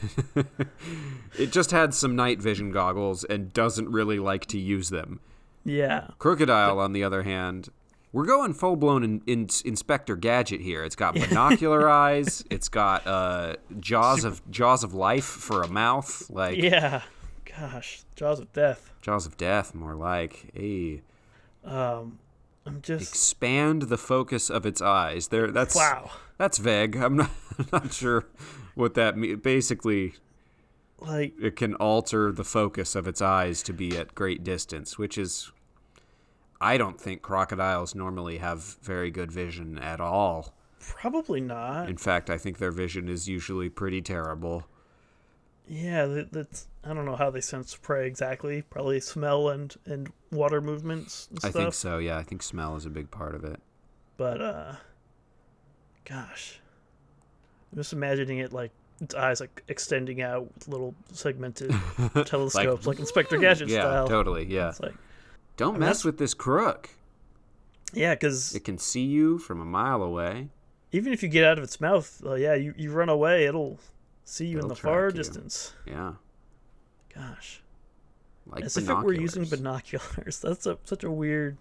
[SPEAKER 2] it just had some night vision goggles and doesn't really like to use them.
[SPEAKER 1] yeah,
[SPEAKER 2] Crocodile, on the other hand, we're going full blown in, in, Inspector Gadget here. It's
[SPEAKER 1] (laughs)
[SPEAKER 2] got binocular eyes. It's got uh, jaws of jaws of life for a mouth, like
[SPEAKER 1] yeah. Gosh, Jaws of Death.
[SPEAKER 2] jaws of death, more like. Hey,
[SPEAKER 1] Um, I'm just
[SPEAKER 2] expand the focus of its eyes. There, that's
[SPEAKER 1] wow.
[SPEAKER 2] That's vague. I'm not (laughs) I'm not sure what that means. Basically,
[SPEAKER 1] Like
[SPEAKER 2] it can alter the focus of its eyes to be at great distance, which is. I don't think crocodiles normally have very good vision at all.
[SPEAKER 1] Probably not.
[SPEAKER 2] In fact, I think their vision is usually pretty terrible.
[SPEAKER 1] Yeah, that, that's. I don't know how they sense prey exactly. Probably smell and and water movements. And
[SPEAKER 2] I
[SPEAKER 1] stuff.
[SPEAKER 2] think so. Yeah, I think smell is a big part of it.
[SPEAKER 1] But uh, gosh, I'm just imagining it like its eyes like extending out with little
[SPEAKER 2] (laughs)
[SPEAKER 1] segmented telescopes, like, Inspector Gadget
[SPEAKER 2] yeah,
[SPEAKER 1] style.
[SPEAKER 2] totally. Yeah.
[SPEAKER 1] It's like
[SPEAKER 2] Don't
[SPEAKER 1] mean,
[SPEAKER 2] mess
[SPEAKER 1] that's-
[SPEAKER 2] with this crook.
[SPEAKER 1] yeah, because
[SPEAKER 2] It can see you from a mile away.
[SPEAKER 1] even if you get out of its mouth, uh, yeah, you, you run away, it'll see you
[SPEAKER 2] It'll
[SPEAKER 1] in the far
[SPEAKER 2] track you.
[SPEAKER 1] distance.
[SPEAKER 2] Yeah.
[SPEAKER 1] Gosh,
[SPEAKER 2] Like
[SPEAKER 1] as if it were
[SPEAKER 2] binoculars.
[SPEAKER 1] using binoculars. (laughs) That's a, such a weird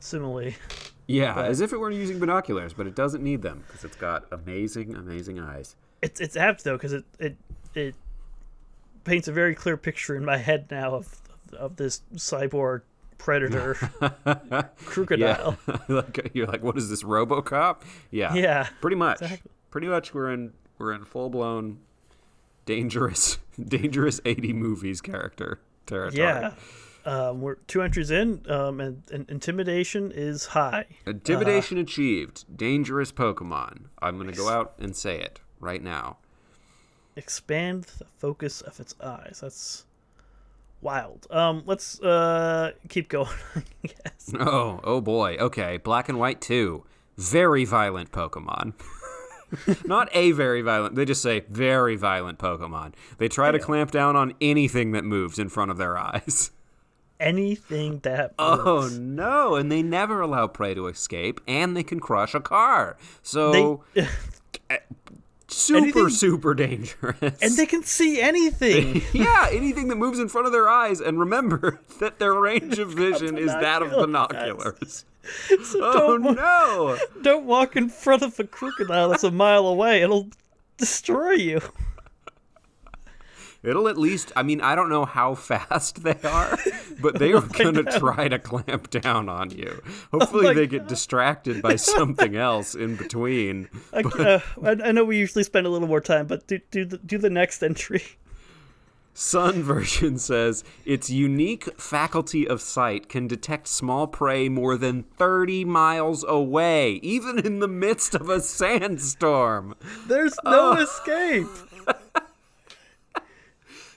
[SPEAKER 1] simile.
[SPEAKER 2] yeah,
[SPEAKER 1] but-
[SPEAKER 2] as if it were using binoculars, but it doesn't need them because it's got amazing, amazing eyes.
[SPEAKER 1] It's it's apt though because it it it paints a very clear picture in my head now of of this cyborg predator crocodile.
[SPEAKER 2] (laughs) like you're like, what is this RoboCop? Yeah.
[SPEAKER 1] Yeah.
[SPEAKER 2] Pretty much.
[SPEAKER 1] Exactly.
[SPEAKER 2] Pretty much we're in we're in full blown dangerous (laughs) dangerous 80 movies character territory.
[SPEAKER 1] Yeah. Um, we're two entries in, um, and, and intimidation is high.
[SPEAKER 2] Intimidation achieved. Dangerous Pokemon. I'm going to go out and say it right now. (laughs)
[SPEAKER 1] Expand the focus of its eyes. That's wild. Um, let's uh, keep going. (laughs) I guess.
[SPEAKER 2] Oh, oh boy. Okay. Black and White 2. Very violent Pokemon. (laughs) Not a very violent. They just say very violent Pokemon. They try to clamp down on anything that moves in front of their (laughs) eyes.
[SPEAKER 1] Anything that
[SPEAKER 2] (laughs) Oh
[SPEAKER 1] works.
[SPEAKER 2] no, and they never allow prey to escape, and they can crush a car. So (laughs)
[SPEAKER 1] they
[SPEAKER 2] super,
[SPEAKER 1] Anything-
[SPEAKER 2] super (laughs) dangerous.
[SPEAKER 1] and they can see
[SPEAKER 2] (laughs)
[SPEAKER 1] anything.
[SPEAKER 2] yeah, anything that moves in front of their eyes, and remember (laughs) that their
[SPEAKER 1] (laughs)
[SPEAKER 2] range of vision is that of binoculars.
[SPEAKER 1] binoculars. (laughs)
[SPEAKER 2] oh
[SPEAKER 1] don't wa-
[SPEAKER 2] no!
[SPEAKER 1] Don't walk in front of a crocodile that's a mile away. It'll destroy you.
[SPEAKER 2] It'll at least, I mean, I don't know how fast they are,
[SPEAKER 1] (laughs)
[SPEAKER 2] but
[SPEAKER 1] Oh
[SPEAKER 2] they are going to try to clamp down on you. Hopefully,
[SPEAKER 1] my
[SPEAKER 2] they get
[SPEAKER 1] (laughs)
[SPEAKER 2] distracted by something else in between. (laughs)
[SPEAKER 1] I, uh, I, I know we usually spend a little more time, but do do the, do the next entry. (laughs)
[SPEAKER 2] Sun version says its unique faculty of sight can detect small prey more than 30 miles away, even in the midst of a sandstorm.
[SPEAKER 1] There's
[SPEAKER 2] Oh.
[SPEAKER 1] no escape.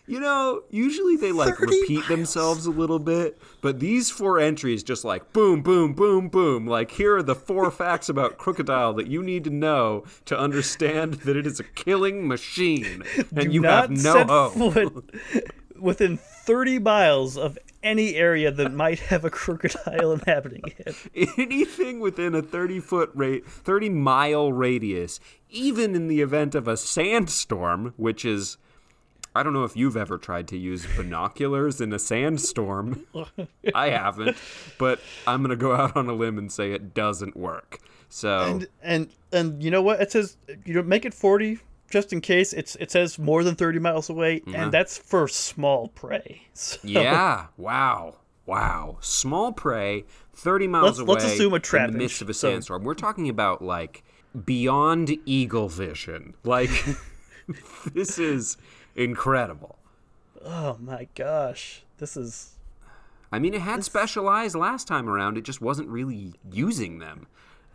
[SPEAKER 2] You know, usually they like
[SPEAKER 1] 30
[SPEAKER 2] repeat themselves a little bit, but these four entries just like boom, boom, boom, boom. Like, here are
[SPEAKER 1] (laughs)
[SPEAKER 2] the four facts about Crocodile that you need to know to understand that it is a killing machine. And
[SPEAKER 1] Do
[SPEAKER 2] you
[SPEAKER 1] not
[SPEAKER 2] have no
[SPEAKER 1] set
[SPEAKER 2] hope.
[SPEAKER 1] foot within 30 miles of any area that might have a crocodile inhabiting it.
[SPEAKER 2] (laughs) anything within a 30 foot rate 30 mile radius even in the event of a sandstorm which is i don't know if you've ever tried to use binoculars in a sandstorm i haven't but i'm going to go out on a limb and say it doesn't work so
[SPEAKER 1] And and and you know what? It says you know make it 40 just in case. It's it says more than 30 miles away,
[SPEAKER 2] Mm-hmm.
[SPEAKER 1] and that's for small prey. (laughs) So
[SPEAKER 2] yeah wow wow small prey 30 miles
[SPEAKER 1] Let's-
[SPEAKER 2] away
[SPEAKER 1] let's assume a
[SPEAKER 2] in
[SPEAKER 1] trap
[SPEAKER 2] the midst
[SPEAKER 1] inch,
[SPEAKER 2] of a
[SPEAKER 1] so-
[SPEAKER 2] sandstorm we're talking about like beyond eagle vision like (laughs) this is incredible
[SPEAKER 1] Oh my gosh, this is
[SPEAKER 2] i mean it had specialized last time around it just wasn't really using them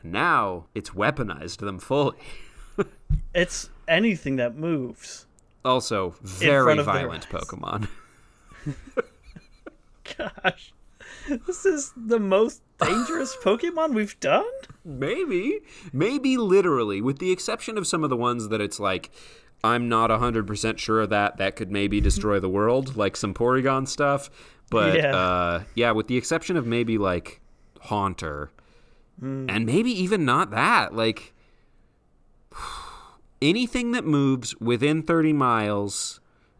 [SPEAKER 2] now it's weaponized them fully
[SPEAKER 1] it's anything that moves.
[SPEAKER 2] also very
[SPEAKER 1] of their
[SPEAKER 2] violent
[SPEAKER 1] eyes.
[SPEAKER 2] pokemon
[SPEAKER 1] Gosh, this is the most
[SPEAKER 2] (laughs)
[SPEAKER 1] dangerous Pokemon we've done.
[SPEAKER 2] Maybe. Maybe literally, with the exception of some of the ones that it's like, I'm not 100% sure of that. That could maybe destroy the world, like some Porygon stuff. But yeah,
[SPEAKER 1] Yeah.
[SPEAKER 2] uh, yeah with the exception of maybe like Haunter, and maybe even not that. Like (sighs) anything that moves within 30 miles,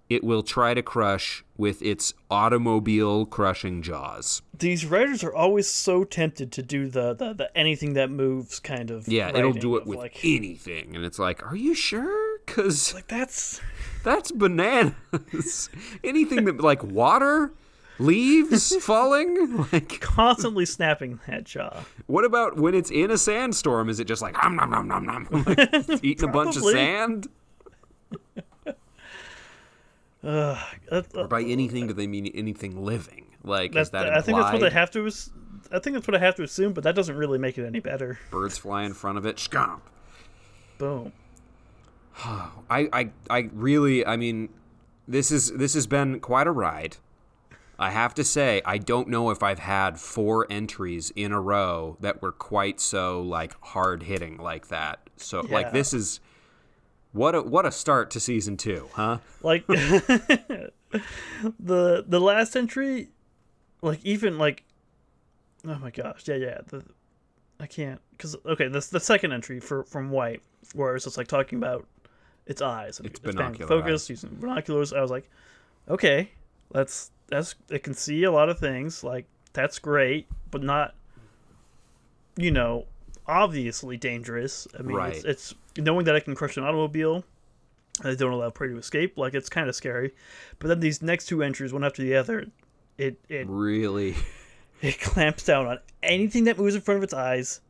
[SPEAKER 2] it will try to crush with its automobile crushing jaws.
[SPEAKER 1] These writers are always so tempted to do the the, the anything that moves kind of
[SPEAKER 2] Yeah, it'll
[SPEAKER 1] writing
[SPEAKER 2] do it
[SPEAKER 1] of
[SPEAKER 2] with
[SPEAKER 1] like
[SPEAKER 2] anything. And it's like, are you sure? Because
[SPEAKER 1] like that's
[SPEAKER 2] (laughs) that's bananas. (laughs) anything that, like water,
[SPEAKER 1] (laughs)
[SPEAKER 2] leaves falling. Like,
[SPEAKER 1] constantly snapping that jaw.
[SPEAKER 2] what about when it's in a sandstorm? Is it just like, om nom nom nom nom? (laughs)
[SPEAKER 1] (laughs)
[SPEAKER 2] Like, eating a bunch of
[SPEAKER 1] Probably.
[SPEAKER 2] sand?
[SPEAKER 1] That,
[SPEAKER 2] Or by anything, do they mean anything living? Like, is
[SPEAKER 1] that,
[SPEAKER 2] that
[SPEAKER 1] I think that's what they
[SPEAKER 2] implied?
[SPEAKER 1] have to. as- I think that's what I have to assume, but that doesn't really make it any better.
[SPEAKER 2] Birds fly in front of it. Scomp.
[SPEAKER 1] Boom.
[SPEAKER 2] I, I I really I mean this is this has been quite a ride. I have to say I don't know if I've had four entries in a row that were quite so like hard hitting like that. So
[SPEAKER 1] Yeah.
[SPEAKER 2] like this is what a what a start to season 2, huh?
[SPEAKER 1] Like (laughs) the the last entry, like even like, oh my gosh, yeah, yeah. The I can't because okay, this the second entry for from White, where it's just like talking about its eyes and
[SPEAKER 2] Its
[SPEAKER 1] been
[SPEAKER 2] binocular
[SPEAKER 1] focused
[SPEAKER 2] eyes.
[SPEAKER 1] using binoculars. I was like, okay, that's that's it can see a lot of things. Like that's great, but not, you know, obviously dangerous. I mean, it's,
[SPEAKER 2] Right.
[SPEAKER 1] it's knowing that I can crush an automobile. and They don't allow prey to escape. Like it's kind of scary, but then these next two entries, one after the other, it it (laughs)
[SPEAKER 2] Really.
[SPEAKER 1] it clamps down on anything that moves in front of its eyes,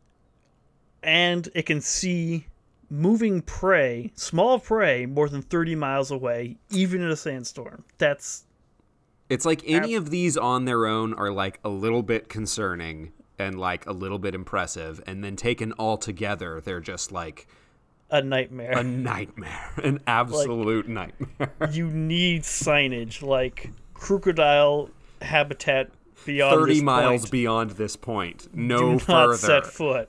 [SPEAKER 1] and it can see moving prey, small prey, more than 30 miles away, even in a sandstorm. That's.
[SPEAKER 2] It's like any of these on their own are like a little bit concerning and like a little bit impressive and then taken all together they're just like
[SPEAKER 1] A nightmare. (laughs)
[SPEAKER 2] (laughs) a nightmare, an absolute nightmare.
[SPEAKER 1] you need signage like crocodile habitat beyond
[SPEAKER 2] 30
[SPEAKER 1] this
[SPEAKER 2] miles
[SPEAKER 1] point.
[SPEAKER 2] beyond this point.
[SPEAKER 1] Do
[SPEAKER 2] No
[SPEAKER 1] not
[SPEAKER 2] further.
[SPEAKER 1] set
[SPEAKER 2] (laughs)
[SPEAKER 1] foot.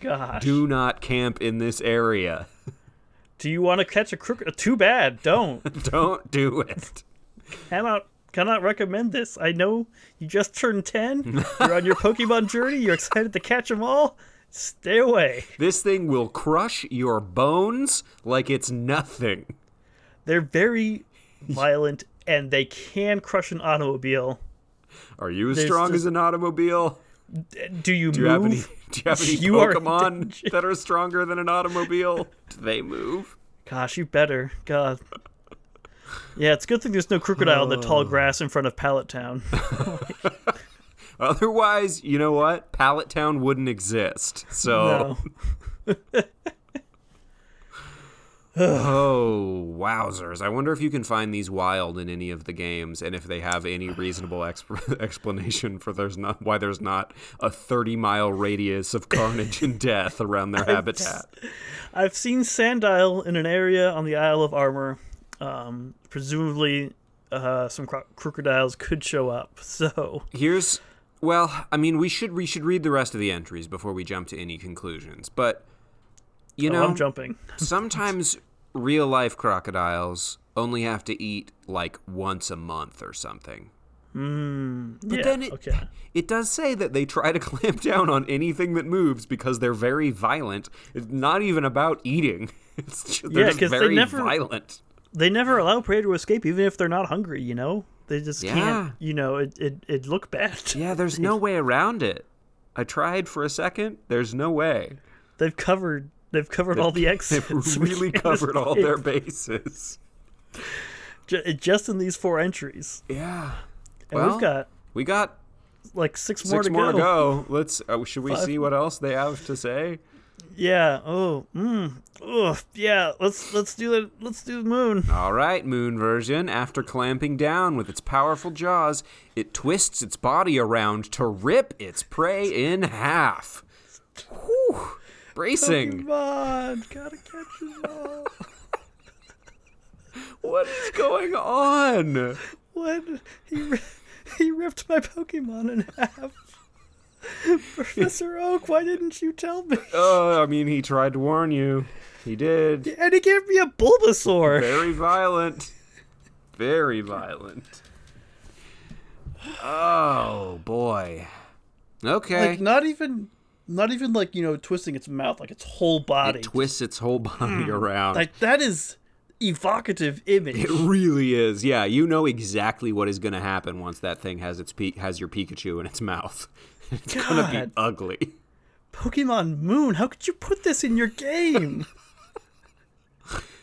[SPEAKER 1] Gosh. Do,
[SPEAKER 2] Do not camp in this area. (laughs)
[SPEAKER 1] you want to catch a crook? Too bad.
[SPEAKER 2] (laughs)
[SPEAKER 1] Don't.
[SPEAKER 2] Don't do it.
[SPEAKER 1] cannot cannot recommend this. I know you just turned ten. You're on your
[SPEAKER 2] (laughs)
[SPEAKER 1] Pokemon journey. You're excited to catch them all. Stay away.
[SPEAKER 2] This thing will crush your bones like it's nothing.
[SPEAKER 1] They're very violent and they can crush an automobile.
[SPEAKER 2] Are you as
[SPEAKER 1] There's
[SPEAKER 2] strong
[SPEAKER 1] just-
[SPEAKER 2] as an automobile?
[SPEAKER 1] Do you
[SPEAKER 2] Do
[SPEAKER 1] move?
[SPEAKER 2] you have any do you have any
[SPEAKER 1] (laughs) You are in danger.
[SPEAKER 2] Pokemon that are stronger than an automobile? Do they move?
[SPEAKER 1] Gosh, you better. God. Yeah, it's a good thing there's no crocodile in the
[SPEAKER 2] Oh.
[SPEAKER 1] tall grass in front of Pallet Town.
[SPEAKER 2] Otherwise, you know what? Pallet Town wouldn't exist. So
[SPEAKER 1] No.
[SPEAKER 2] Oh wowzers! I wonder if you can find these wild in any of the games, and if they have any reasonable exp- (laughs) explanation for there's not why there's not a thirty mile radius of carnage and death
[SPEAKER 1] (laughs)
[SPEAKER 2] around their habitat.
[SPEAKER 1] I've seen Sandile in an area on the Isle of Armor. Um, presumably, uh, some cro- crocodiles could show up. (laughs) So, oh,
[SPEAKER 2] Here's well, I mean, we should we should read the rest of the entries before we jump to any conclusions. But you
[SPEAKER 1] oh,
[SPEAKER 2] know,
[SPEAKER 1] I'm (laughs) jumping.
[SPEAKER 2] sometimes real life crocodiles only have to eat like once a month or something. But
[SPEAKER 1] yeah,
[SPEAKER 2] then it,
[SPEAKER 1] okay.
[SPEAKER 2] it does say that they try to (laughs) clamp down on anything that moves because they're very violent. It's not even about eating. (laughs) It's just, they're
[SPEAKER 1] Yeah,
[SPEAKER 2] just
[SPEAKER 1] 'cause they
[SPEAKER 2] very
[SPEAKER 1] never-
[SPEAKER 2] violent.
[SPEAKER 1] They never allow prey to escape, even if they're not hungry. You know, they just
[SPEAKER 2] Yeah.
[SPEAKER 1] can't. You know, it it it look bad.
[SPEAKER 2] Yeah, there's no way around it. I tried for a second. There's no
[SPEAKER 1] (laughs)
[SPEAKER 2] way.
[SPEAKER 1] (laughs) They've covered. They've covered all the exits. (laughs)
[SPEAKER 2] (laughs) They've
[SPEAKER 1] We
[SPEAKER 2] really
[SPEAKER 1] can't
[SPEAKER 2] covered all their
[SPEAKER 1] escape.
[SPEAKER 2] bases.
[SPEAKER 1] Ju- just in these four entries,
[SPEAKER 2] Yeah.
[SPEAKER 1] and
[SPEAKER 2] well,
[SPEAKER 1] we've got
[SPEAKER 2] we got
[SPEAKER 1] like six,
[SPEAKER 2] six more to, go. Let's. Uh, should we
[SPEAKER 1] Five-
[SPEAKER 2] see what else they have to say?
[SPEAKER 1] Yeah. Oh. Mm. Ugh. Yeah. Let's let's do it. Let's do the moon.
[SPEAKER 2] All right, moon version. After clamping down with its powerful jaws, it twists its body around to rip its prey in half. Whew, bracing.
[SPEAKER 1] Pokemon, gotta catch 'em all.
[SPEAKER 2] What is going on?
[SPEAKER 1] What? He, ri- he ripped my Pokemon in half. (laughs) Professor Oak, why didn't you tell me?
[SPEAKER 2] Oh, I mean, he tried to warn you. He did.
[SPEAKER 1] And he gave me a Bulbasaur.
[SPEAKER 2] Very violent. Very violent. Oh boy. Okay.
[SPEAKER 1] Like not even, not even like you know twisting its mouth like its whole body.
[SPEAKER 2] it twists its whole body around.
[SPEAKER 1] like that is evocative image.
[SPEAKER 2] It really is. Yeah, you know exactly what is going to happen once that thing has its pe- has your Pikachu in its mouth. (laughs) It's going to
[SPEAKER 1] God.
[SPEAKER 2] be ugly.
[SPEAKER 1] Pokemon Moon, how could you put this in your
[SPEAKER 2] (laughs)
[SPEAKER 1] game?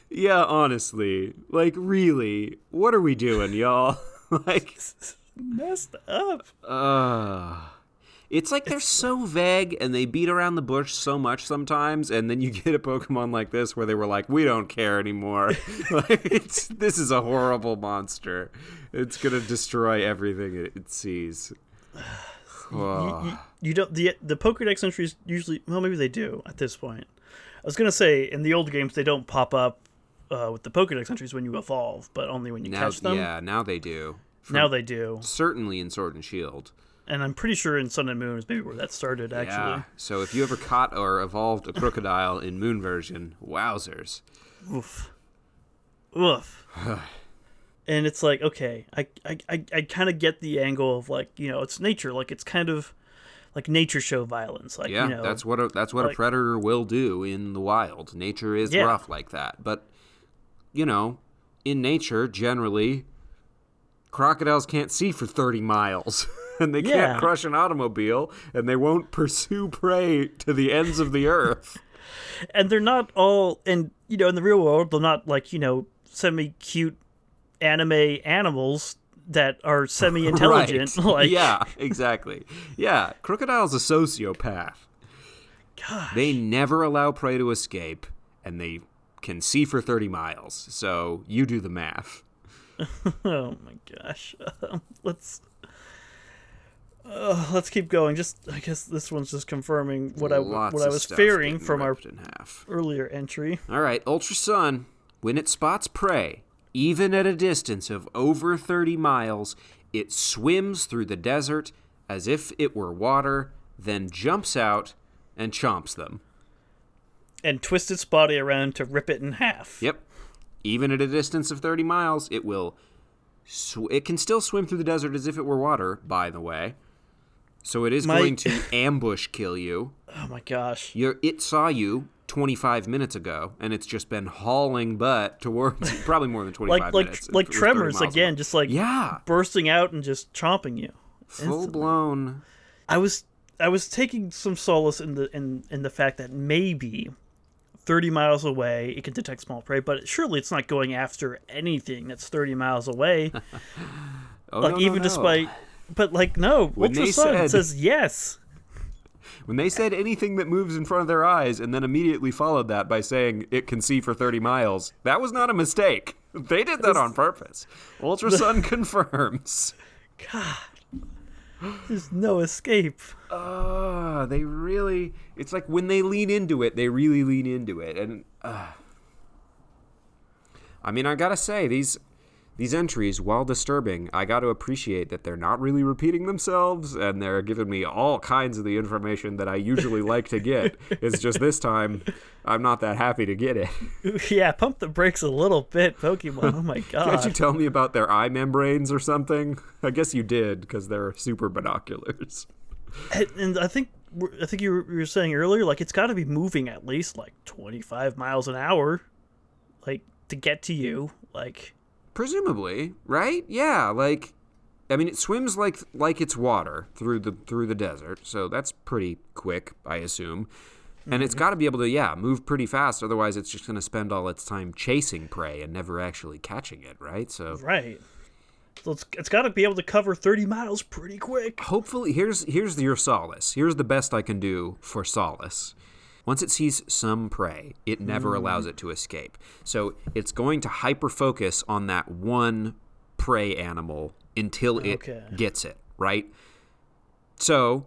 [SPEAKER 2] Yeah, honestly. Like really, what are we doing, y'all? (laughs) like
[SPEAKER 1] Messed up.
[SPEAKER 2] uh It's like they're so vague and they beat around the bush so much sometimes and then you get a Pokemon like this where they were like, "We don't care anymore." (laughs) like it's this is a horrible monster. It's going to destroy everything it, it sees.
[SPEAKER 1] you, you don't the the Pokédex entries usually well maybe they do at this point. I was gonna say in the old games they don't pop up uh, with the Pokedex entries when you evolve, but only when you
[SPEAKER 2] Now,
[SPEAKER 1] catch them.
[SPEAKER 2] yeah, now they do. From-
[SPEAKER 1] Now they do,
[SPEAKER 2] certainly in Sword and Shield.
[SPEAKER 1] and I'm pretty sure in Sun and Moon is maybe where that started. Actually,
[SPEAKER 2] Yeah. So if you ever caught or evolved a crocodile in Moon version, wowzers.
[SPEAKER 1] Oof.
[SPEAKER 2] (sighs)
[SPEAKER 1] Oof. and it's like, okay, I I, I, I kind of get the angle of like, you know, it's nature. Like, it's kind of like nature show violence. Like,
[SPEAKER 2] Yeah,
[SPEAKER 1] you know,
[SPEAKER 2] that's what a, that's what a
[SPEAKER 1] like-
[SPEAKER 2] predator will do in the wild. Nature is
[SPEAKER 1] Yeah.
[SPEAKER 2] rough like that. But you know, in nature generally crocodiles can't see for 30 miles (laughs) and they
[SPEAKER 1] Yeah.
[SPEAKER 2] can't crush an automobile and they won't pursue prey to the ends of the earth.
[SPEAKER 1] and they're not all, and you know, in the real world, they're not like, you know, semi cute anime animals that
[SPEAKER 2] (laughs)
[SPEAKER 1] are semi intelligent. (laughs)
[SPEAKER 2] Right.
[SPEAKER 1] Like,
[SPEAKER 2] yeah, exactly. Yeah, crocodile's a sociopath.
[SPEAKER 1] gosh.
[SPEAKER 2] They never allow prey to escape, and they can see for 30 miles. So you do the math.
[SPEAKER 1] Oh my gosh. Um, let's uh, let's keep going. Just I guess this one's just confirming what I
[SPEAKER 2] Lots
[SPEAKER 1] what I
[SPEAKER 2] of
[SPEAKER 1] was
[SPEAKER 2] stuff
[SPEAKER 1] fearing
[SPEAKER 2] getting
[SPEAKER 1] from our
[SPEAKER 2] ripped in half.
[SPEAKER 1] earlier entry.
[SPEAKER 2] All right, Ultra Sun, when it spots prey, even at a distance of over 30 miles, it swims through the desert as if it were water, then jumps out and chomps them.
[SPEAKER 1] And twist its body around to rip it in half.
[SPEAKER 2] Yep. Even at a distance of 30 miles, it will. Sw- it can still swim through the desert as if it were water, by the way. So it is
[SPEAKER 1] My-
[SPEAKER 2] going to (laughs) ambush kill you.
[SPEAKER 1] Oh my gosh.
[SPEAKER 2] You're, it saw you 25 minutes ago, and it's just been hauling butt towards you, probably more than 25
[SPEAKER 1] Like
[SPEAKER 2] minutes.
[SPEAKER 1] like like
[SPEAKER 2] It was 30
[SPEAKER 1] tremors
[SPEAKER 2] miles
[SPEAKER 1] again,
[SPEAKER 2] away.
[SPEAKER 1] just like
[SPEAKER 2] Yeah.
[SPEAKER 1] bursting out and just chomping you.
[SPEAKER 2] Full blown.
[SPEAKER 1] I was I was taking some solace in the in in the fact that maybe 30 miles away it can detect small prey, but surely it's not going after anything that's 30 miles
[SPEAKER 2] (laughs)
[SPEAKER 1] away.
[SPEAKER 2] Oh,
[SPEAKER 1] like
[SPEAKER 2] no, no,
[SPEAKER 1] even
[SPEAKER 2] no.
[SPEAKER 1] despite but like no ultra
[SPEAKER 2] they
[SPEAKER 1] sun
[SPEAKER 2] said-
[SPEAKER 1] says yes
[SPEAKER 2] When they said anything that moves in front of their eyes and then immediately followed that by saying it can see for 30 miles, that was not a mistake. They did that on purpose. Ultra Sun (laughs) confirms.
[SPEAKER 1] there's no escape (laughs)
[SPEAKER 2] Ah, they really. It's like when they lean into it, they really lean into it. And. Uh, I mean, I gotta say, these. These entries, while disturbing, I got to appreciate that they're not really repeating themselves, and they're giving me all kinds of the information that I usually like to get. It's just this time, I'm not that happy to get it.
[SPEAKER 1] yeah pump the brakes a little bit pokemon oh my
[SPEAKER 2] (laughs) Can't you
[SPEAKER 1] god
[SPEAKER 2] tell me about their eye membranes or something? I guess you did, because they're super binoculars.
[SPEAKER 1] and, and i think we're- i think you were, you were saying earlier like it's got to be moving at least like 25 miles an hour like to get to you like
[SPEAKER 2] presumably right yeah like i mean it swims like like it's water through the through the desert so that's pretty quick i assume and it's got to be able to yeah move pretty fast otherwise it's just going to spend all its time chasing prey and never actually catching it right so
[SPEAKER 1] right so it's, it's got to be able to cover 30 miles pretty quick
[SPEAKER 2] hopefully here's here's your solace here's the best i can do for solace once it sees some prey it never
[SPEAKER 1] Mm.
[SPEAKER 2] allows it to escape so it's going to hyper focus on that one prey animal until it
[SPEAKER 1] Okay.
[SPEAKER 2] gets it right so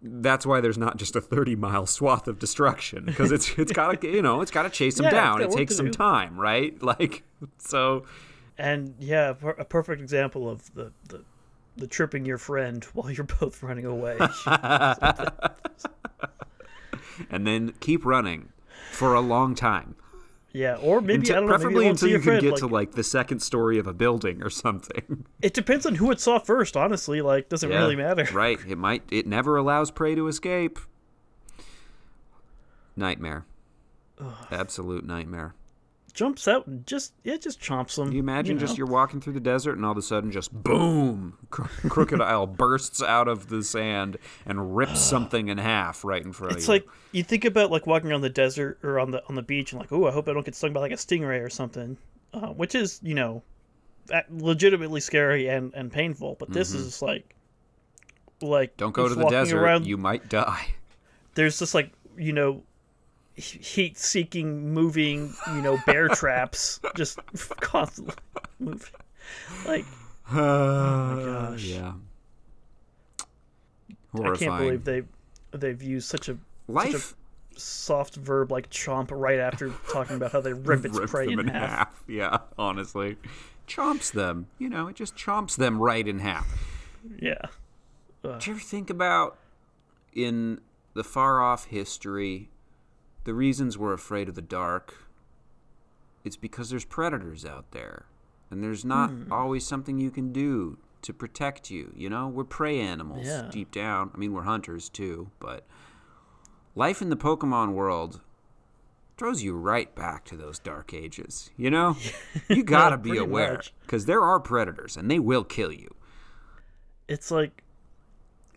[SPEAKER 2] that's why there's not just a 30 mile (laughs) swath of destruction because
[SPEAKER 1] (laughs)
[SPEAKER 2] it's it's got to you know it's got to chase them
[SPEAKER 1] Yeah, it's
[SPEAKER 2] down
[SPEAKER 1] got
[SPEAKER 2] it
[SPEAKER 1] work
[SPEAKER 2] takes
[SPEAKER 1] to
[SPEAKER 2] some
[SPEAKER 1] do.
[SPEAKER 2] time right (laughs) like so
[SPEAKER 1] and yeah a per- a perfect example of the, the the tripping your friend (laughs) while you're both running
[SPEAKER 2] (laughs)
[SPEAKER 1] away
[SPEAKER 2] and then keep running for a long time
[SPEAKER 1] Yeah, or maybe
[SPEAKER 2] Until-
[SPEAKER 1] I don't know.
[SPEAKER 2] preferably
[SPEAKER 1] Maybe it won't
[SPEAKER 2] until
[SPEAKER 1] see
[SPEAKER 2] you
[SPEAKER 1] your
[SPEAKER 2] can
[SPEAKER 1] friend.
[SPEAKER 2] get
[SPEAKER 1] like,
[SPEAKER 2] to like the second story of a building or something.
[SPEAKER 1] it depends on who it saw first. Honestly, like doesn't really matter.
[SPEAKER 2] right? It might. It never allows prey to escape. Nightmare. Absolute nightmare.
[SPEAKER 1] (laughs) Jumps out and just yeah, just chomps them.
[SPEAKER 2] Can you imagine just
[SPEAKER 1] know?
[SPEAKER 2] you're walking through the desert and all of a sudden just boom, cro-
[SPEAKER 1] (laughs)
[SPEAKER 2] crocodile bursts out of the sand and
[SPEAKER 1] (sighs)
[SPEAKER 2] rips something in half right in front
[SPEAKER 1] It's
[SPEAKER 2] of you.
[SPEAKER 1] like you think about like walking around the desert or on the on the beach and like, oh, I hope I don't get stung by like a stingray or something, uh, which is you know, that- legitimately scary and and painful. But this is like, like
[SPEAKER 2] Mm-hmm. don't go
[SPEAKER 1] it's
[SPEAKER 2] to the
[SPEAKER 1] walking
[SPEAKER 2] desert.
[SPEAKER 1] around-
[SPEAKER 2] You might die.
[SPEAKER 1] there's just like you know heat seeking moving you know
[SPEAKER 2] (laughs)
[SPEAKER 1] bear traps just (laughs) constantly moving like oh gosh.
[SPEAKER 2] (sighs) yeah.
[SPEAKER 1] i can't
[SPEAKER 2] Horrifying.
[SPEAKER 1] believe they they've used such a
[SPEAKER 2] Life
[SPEAKER 1] soft verb like chomp right after talking about how
[SPEAKER 2] (laughs)
[SPEAKER 1] they rip its
[SPEAKER 2] Rip
[SPEAKER 1] prey
[SPEAKER 2] them
[SPEAKER 1] in
[SPEAKER 2] in
[SPEAKER 1] half.
[SPEAKER 2] half. Yeah, honestly. Chomps them. You know, it just chomps them right in half.
[SPEAKER 1] Yeah.
[SPEAKER 2] Did you ever think about in the far off history, the reasons we're afraid of the dark? It's because there's predators out there, and there's not
[SPEAKER 1] Hmm.
[SPEAKER 2] always something you can do to protect you. You know, we're prey animals
[SPEAKER 1] Yeah.
[SPEAKER 2] deep down. I mean, we're hunters too, but life in the Pokemon world throws you right back to those dark ages.
[SPEAKER 1] (laughs)
[SPEAKER 2] You know, you gotta be
[SPEAKER 1] pretty
[SPEAKER 2] aware
[SPEAKER 1] much.
[SPEAKER 2] because there are predators, and they will kill you.
[SPEAKER 1] It's like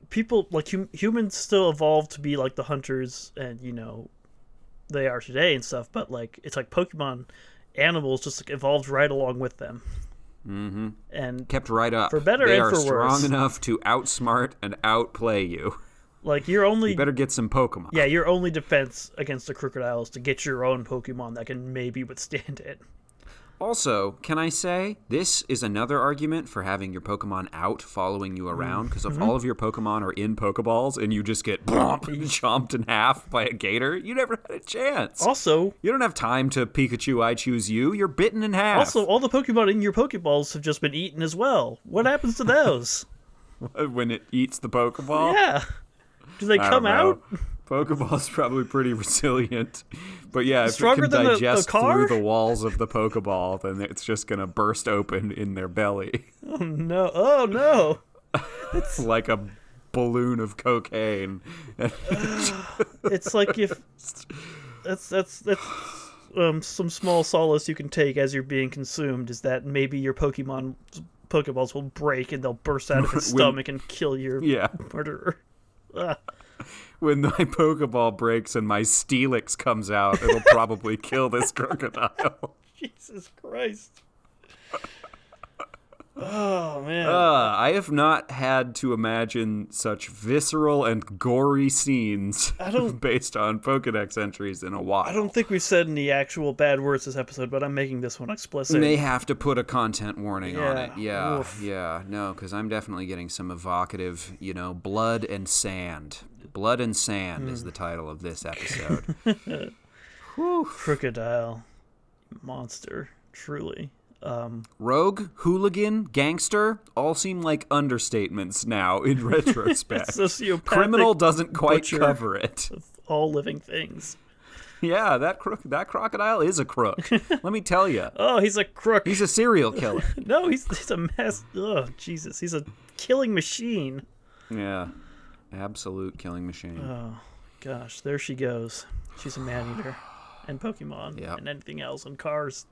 [SPEAKER 1] people like hum- humans still evolved to be like the hunters and you know they are today and stuff, but like it's like Pokemon animals just like evolved right along with them. Mm-hmm. And
[SPEAKER 2] kept right up.
[SPEAKER 1] For better
[SPEAKER 2] they
[SPEAKER 1] and
[SPEAKER 2] are
[SPEAKER 1] for
[SPEAKER 2] strong
[SPEAKER 1] worse.
[SPEAKER 2] enough to outsmart and outplay you.
[SPEAKER 1] (laughs) like your only
[SPEAKER 2] You better get some Pokemon.
[SPEAKER 1] yeah your only defense against the crocodile is to get your own Pokemon that can maybe withstand it.
[SPEAKER 2] Also, can I say this is another argument for having your Pokemon out following you around?
[SPEAKER 1] Mm.
[SPEAKER 2] Because
[SPEAKER 1] Mm-hmm.
[SPEAKER 2] if all of your Pokemon are in Pokeballs and you just get bomped, (laughs) chomped in half by a gator, you never had a chance.
[SPEAKER 1] Also,
[SPEAKER 2] You don't have time to Pikachu, I choose you. You're bitten in half.
[SPEAKER 1] Also, all the Pokemon in your Pokeballs have just been eaten as well. What happens to those?
[SPEAKER 2] (laughs) when it eats the Pokeball.
[SPEAKER 1] yeah. Do they
[SPEAKER 2] I
[SPEAKER 1] come
[SPEAKER 2] don't know.
[SPEAKER 1] out?
[SPEAKER 2] (laughs) Pokeball's probably pretty resilient, but yeah, if
[SPEAKER 1] Stronger
[SPEAKER 2] it
[SPEAKER 1] than
[SPEAKER 2] can
[SPEAKER 1] the- the
[SPEAKER 2] digest
[SPEAKER 1] car?
[SPEAKER 2] through the walls of the Pokeball, then it's just gonna burst open in their belly (laughs)
[SPEAKER 1] No. Oh, no.
[SPEAKER 2] like a balloon of cocaine.
[SPEAKER 1] It's like
[SPEAKER 2] (laughs)
[SPEAKER 1] if that's that's that's um, some small solace you can take as you're being consumed is that maybe your Pokemon Pokeballs will break and they'll burst
[SPEAKER 2] (laughs)
[SPEAKER 1] out of its
[SPEAKER 2] When-
[SPEAKER 1] stomach and kill your
[SPEAKER 2] Yeah,
[SPEAKER 1] murderer. (laughs) Ah,
[SPEAKER 2] when my Pokeball breaks and my Steelix comes out, it'll probably kill this crocodile. (laughs)
[SPEAKER 1] Jesus Christ. Oh man.
[SPEAKER 2] Uh, I have not had to imagine such visceral and gory scenes
[SPEAKER 1] don't-
[SPEAKER 2] (laughs) based on Pokedex entries in a while.
[SPEAKER 1] I don't think we've said any actual bad words this episode, but I'm making this one explicit.
[SPEAKER 2] May have to put a content warning on it.
[SPEAKER 1] Yeah.
[SPEAKER 2] Yeah,
[SPEAKER 1] Oof.
[SPEAKER 2] yeah, no, because I'm definitely getting some evocative, you know, blood and sand. Blood and sand
[SPEAKER 1] Hmm.
[SPEAKER 2] is the title
[SPEAKER 1] (laughs)
[SPEAKER 2] of this episode.
[SPEAKER 1] crocodile monster
[SPEAKER 2] (laughs)
[SPEAKER 1] truly
[SPEAKER 2] Rogue, hooligan, gangster all seem like understatements now
[SPEAKER 1] (laughs)
[SPEAKER 2] in retrospect.
[SPEAKER 1] sociopathic
[SPEAKER 2] Criminal doesn't quite
[SPEAKER 1] butcher. (laughs)
[SPEAKER 2] cover it.
[SPEAKER 1] all living things
[SPEAKER 2] Yeah, that crook, that crocodile is a crook. Let me tell you,
[SPEAKER 1] oh he's a crook
[SPEAKER 2] he's a serial killer.
[SPEAKER 1] (laughs) no he's, he's a mess oh jesus he's a killing machine
[SPEAKER 2] Yeah, absolute killing machine.
[SPEAKER 1] Uh. gosh there she goes she's a man eater and pokemon
[SPEAKER 2] Yep.
[SPEAKER 1] and anything else and cars